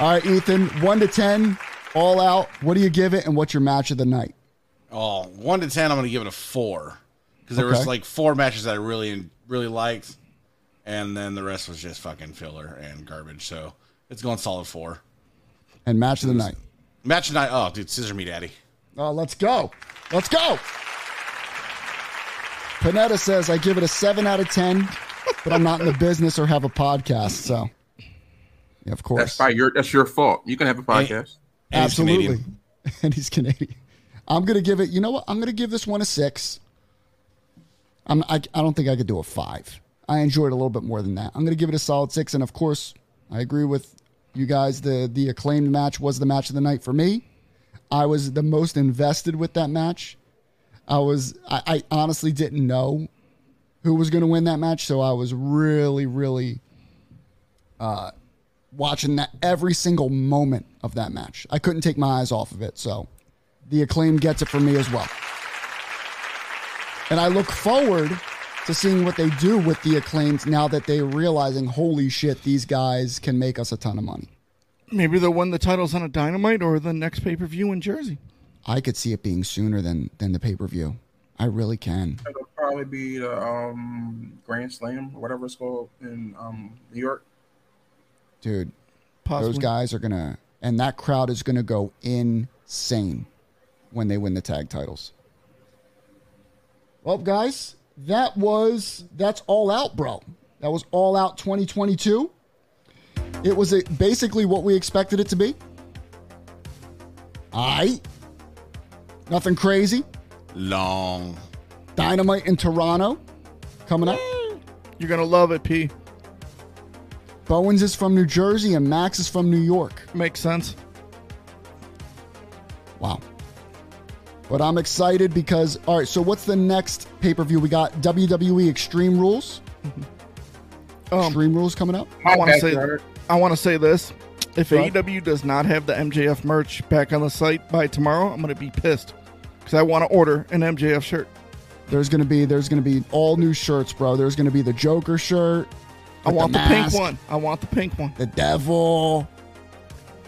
All right, Ethan, one to ten, all out. What do you give it and what's your match of the night? Oh, one to ten, I'm gonna give it a four because there was Okay. like four matches that I really, really liked, and then the rest was just fucking filler and garbage. So it's going solid four. And match of the night. Match night. Oh, dude, scissor me, daddy. Oh, let's go. Let's go. Panetta says I give it a seven out of ten, but I'm not in the business or have a podcast, so yeah, of That's course. by your that's your fault. You can have a podcast. And he's Canadian. Absolutely. And he's Canadian. I'm going to give it, you know what? I'm going to give this one a six. I'm, I, I don't think I could do a five. I enjoyed a little bit more than that. I'm going to give it a solid six. And of course, I agree with you guys. The, the acclaimed match was the match of the night for me. I was the most invested with that match. I was, I, I honestly didn't know who was going to win that match. So I was really, really watching that every single moment of that match. I couldn't take my eyes off of it. So the acclaim gets it for me as well. And I look forward to seeing what they do with the acclaimed now that they're realizing, holy shit, these guys can make us a ton of money. Maybe they'll win the titles on a Dynamite or the next pay per view in Jersey. I could see it being sooner than than the pay per view. I really can. It'll probably be the um, Grand Slam or whatever it's called in um, New York. Dude, Possibly. those guys are gonna and that crowd is gonna go insane when they win the tag titles well guys that was that's all out bro that was all out 2022 it was a, basically what we expected it to be all right nothing crazy Long. dynamite in toronto coming up You're gonna love it, P. bowens is from new jersey and max is from new york Makes sense. Wow. But I'm excited because, all right, so what's the next pay per view? We got WWE Extreme Rules. Um, Extreme Rules coming up. I want to say backyard. I want to say this. If Right. AEW does not have the MJF merch back on the site by tomorrow, I'm gonna be pissed because I want to order an MJF shirt. There's gonna be there's gonna be all new shirts, bro. There's gonna be the Joker shirt. I with want the, pink mask, one. I want the pink one. The Devil.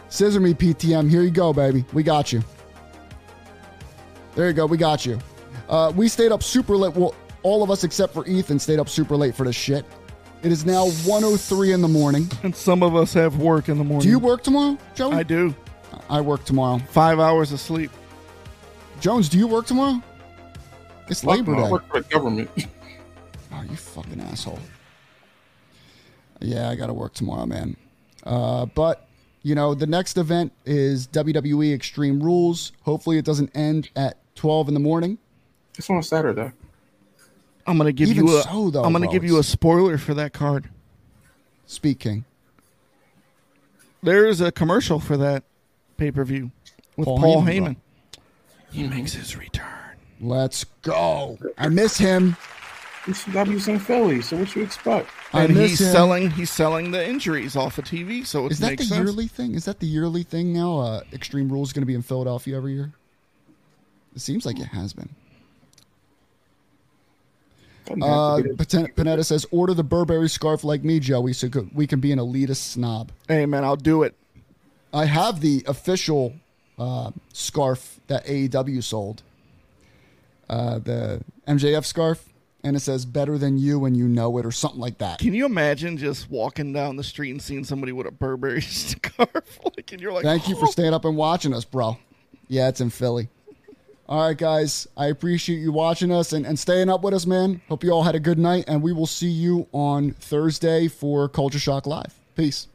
Scissor me, PTM. Here you go, baby. We got you. There you go. We got you. Uh, we stayed up super late. Well, all of us except for Ethan stayed up super late for this shit. It is now 1:03 in the morning. And some of us have work in the morning. Do you work tomorrow, Joey? I do. I work tomorrow. Five hours of sleep. Jones, do you work tomorrow? It's Labor I Day. work for the government. Oh, you fucking asshole. Yeah, I got to work tomorrow, man. Uh, but, you know, the next event is WWE Extreme Rules. Hopefully, it doesn't end at 12 in the morning. it's on Saturday. I'm gonna give Even you a. so, though, am gonna bro, give you a it's- spoiler for that card. Speak, King. There's a commercial for that pay per view with Paul Heyman, Paul, Hmm. Heyman. bro. He makes his return. Let's go. I miss him. ECW's in Philly, so what you expect? I and miss he's him. selling he's selling the injuries off of TV, so it Is that the makes sense. yearly thing? Is that the yearly thing now? Uh, Extreme Rules going to be in Philadelphia every year? It seems like it has been. Doesn't have to Uh, be the- Paten- Panetta says, order the Burberry scarf like me, Joey, so co- we can be an elitist snob. Hey man, I'll do it. I have the official uh, scarf that AEW sold, uh, the MJF scarf, and it says, better than you when you know it, or something like that. Can you imagine just walking down the street and seeing somebody with a Burberry scarf? like, and you're like, Thank you for staying up and watching us, bro. Yeah, it's in Philly. All right, guys. I appreciate you watching us and, and staying up with us, man. Hope you all had a good night, and we will see you on Thursday for Culture Shock Live. Peace.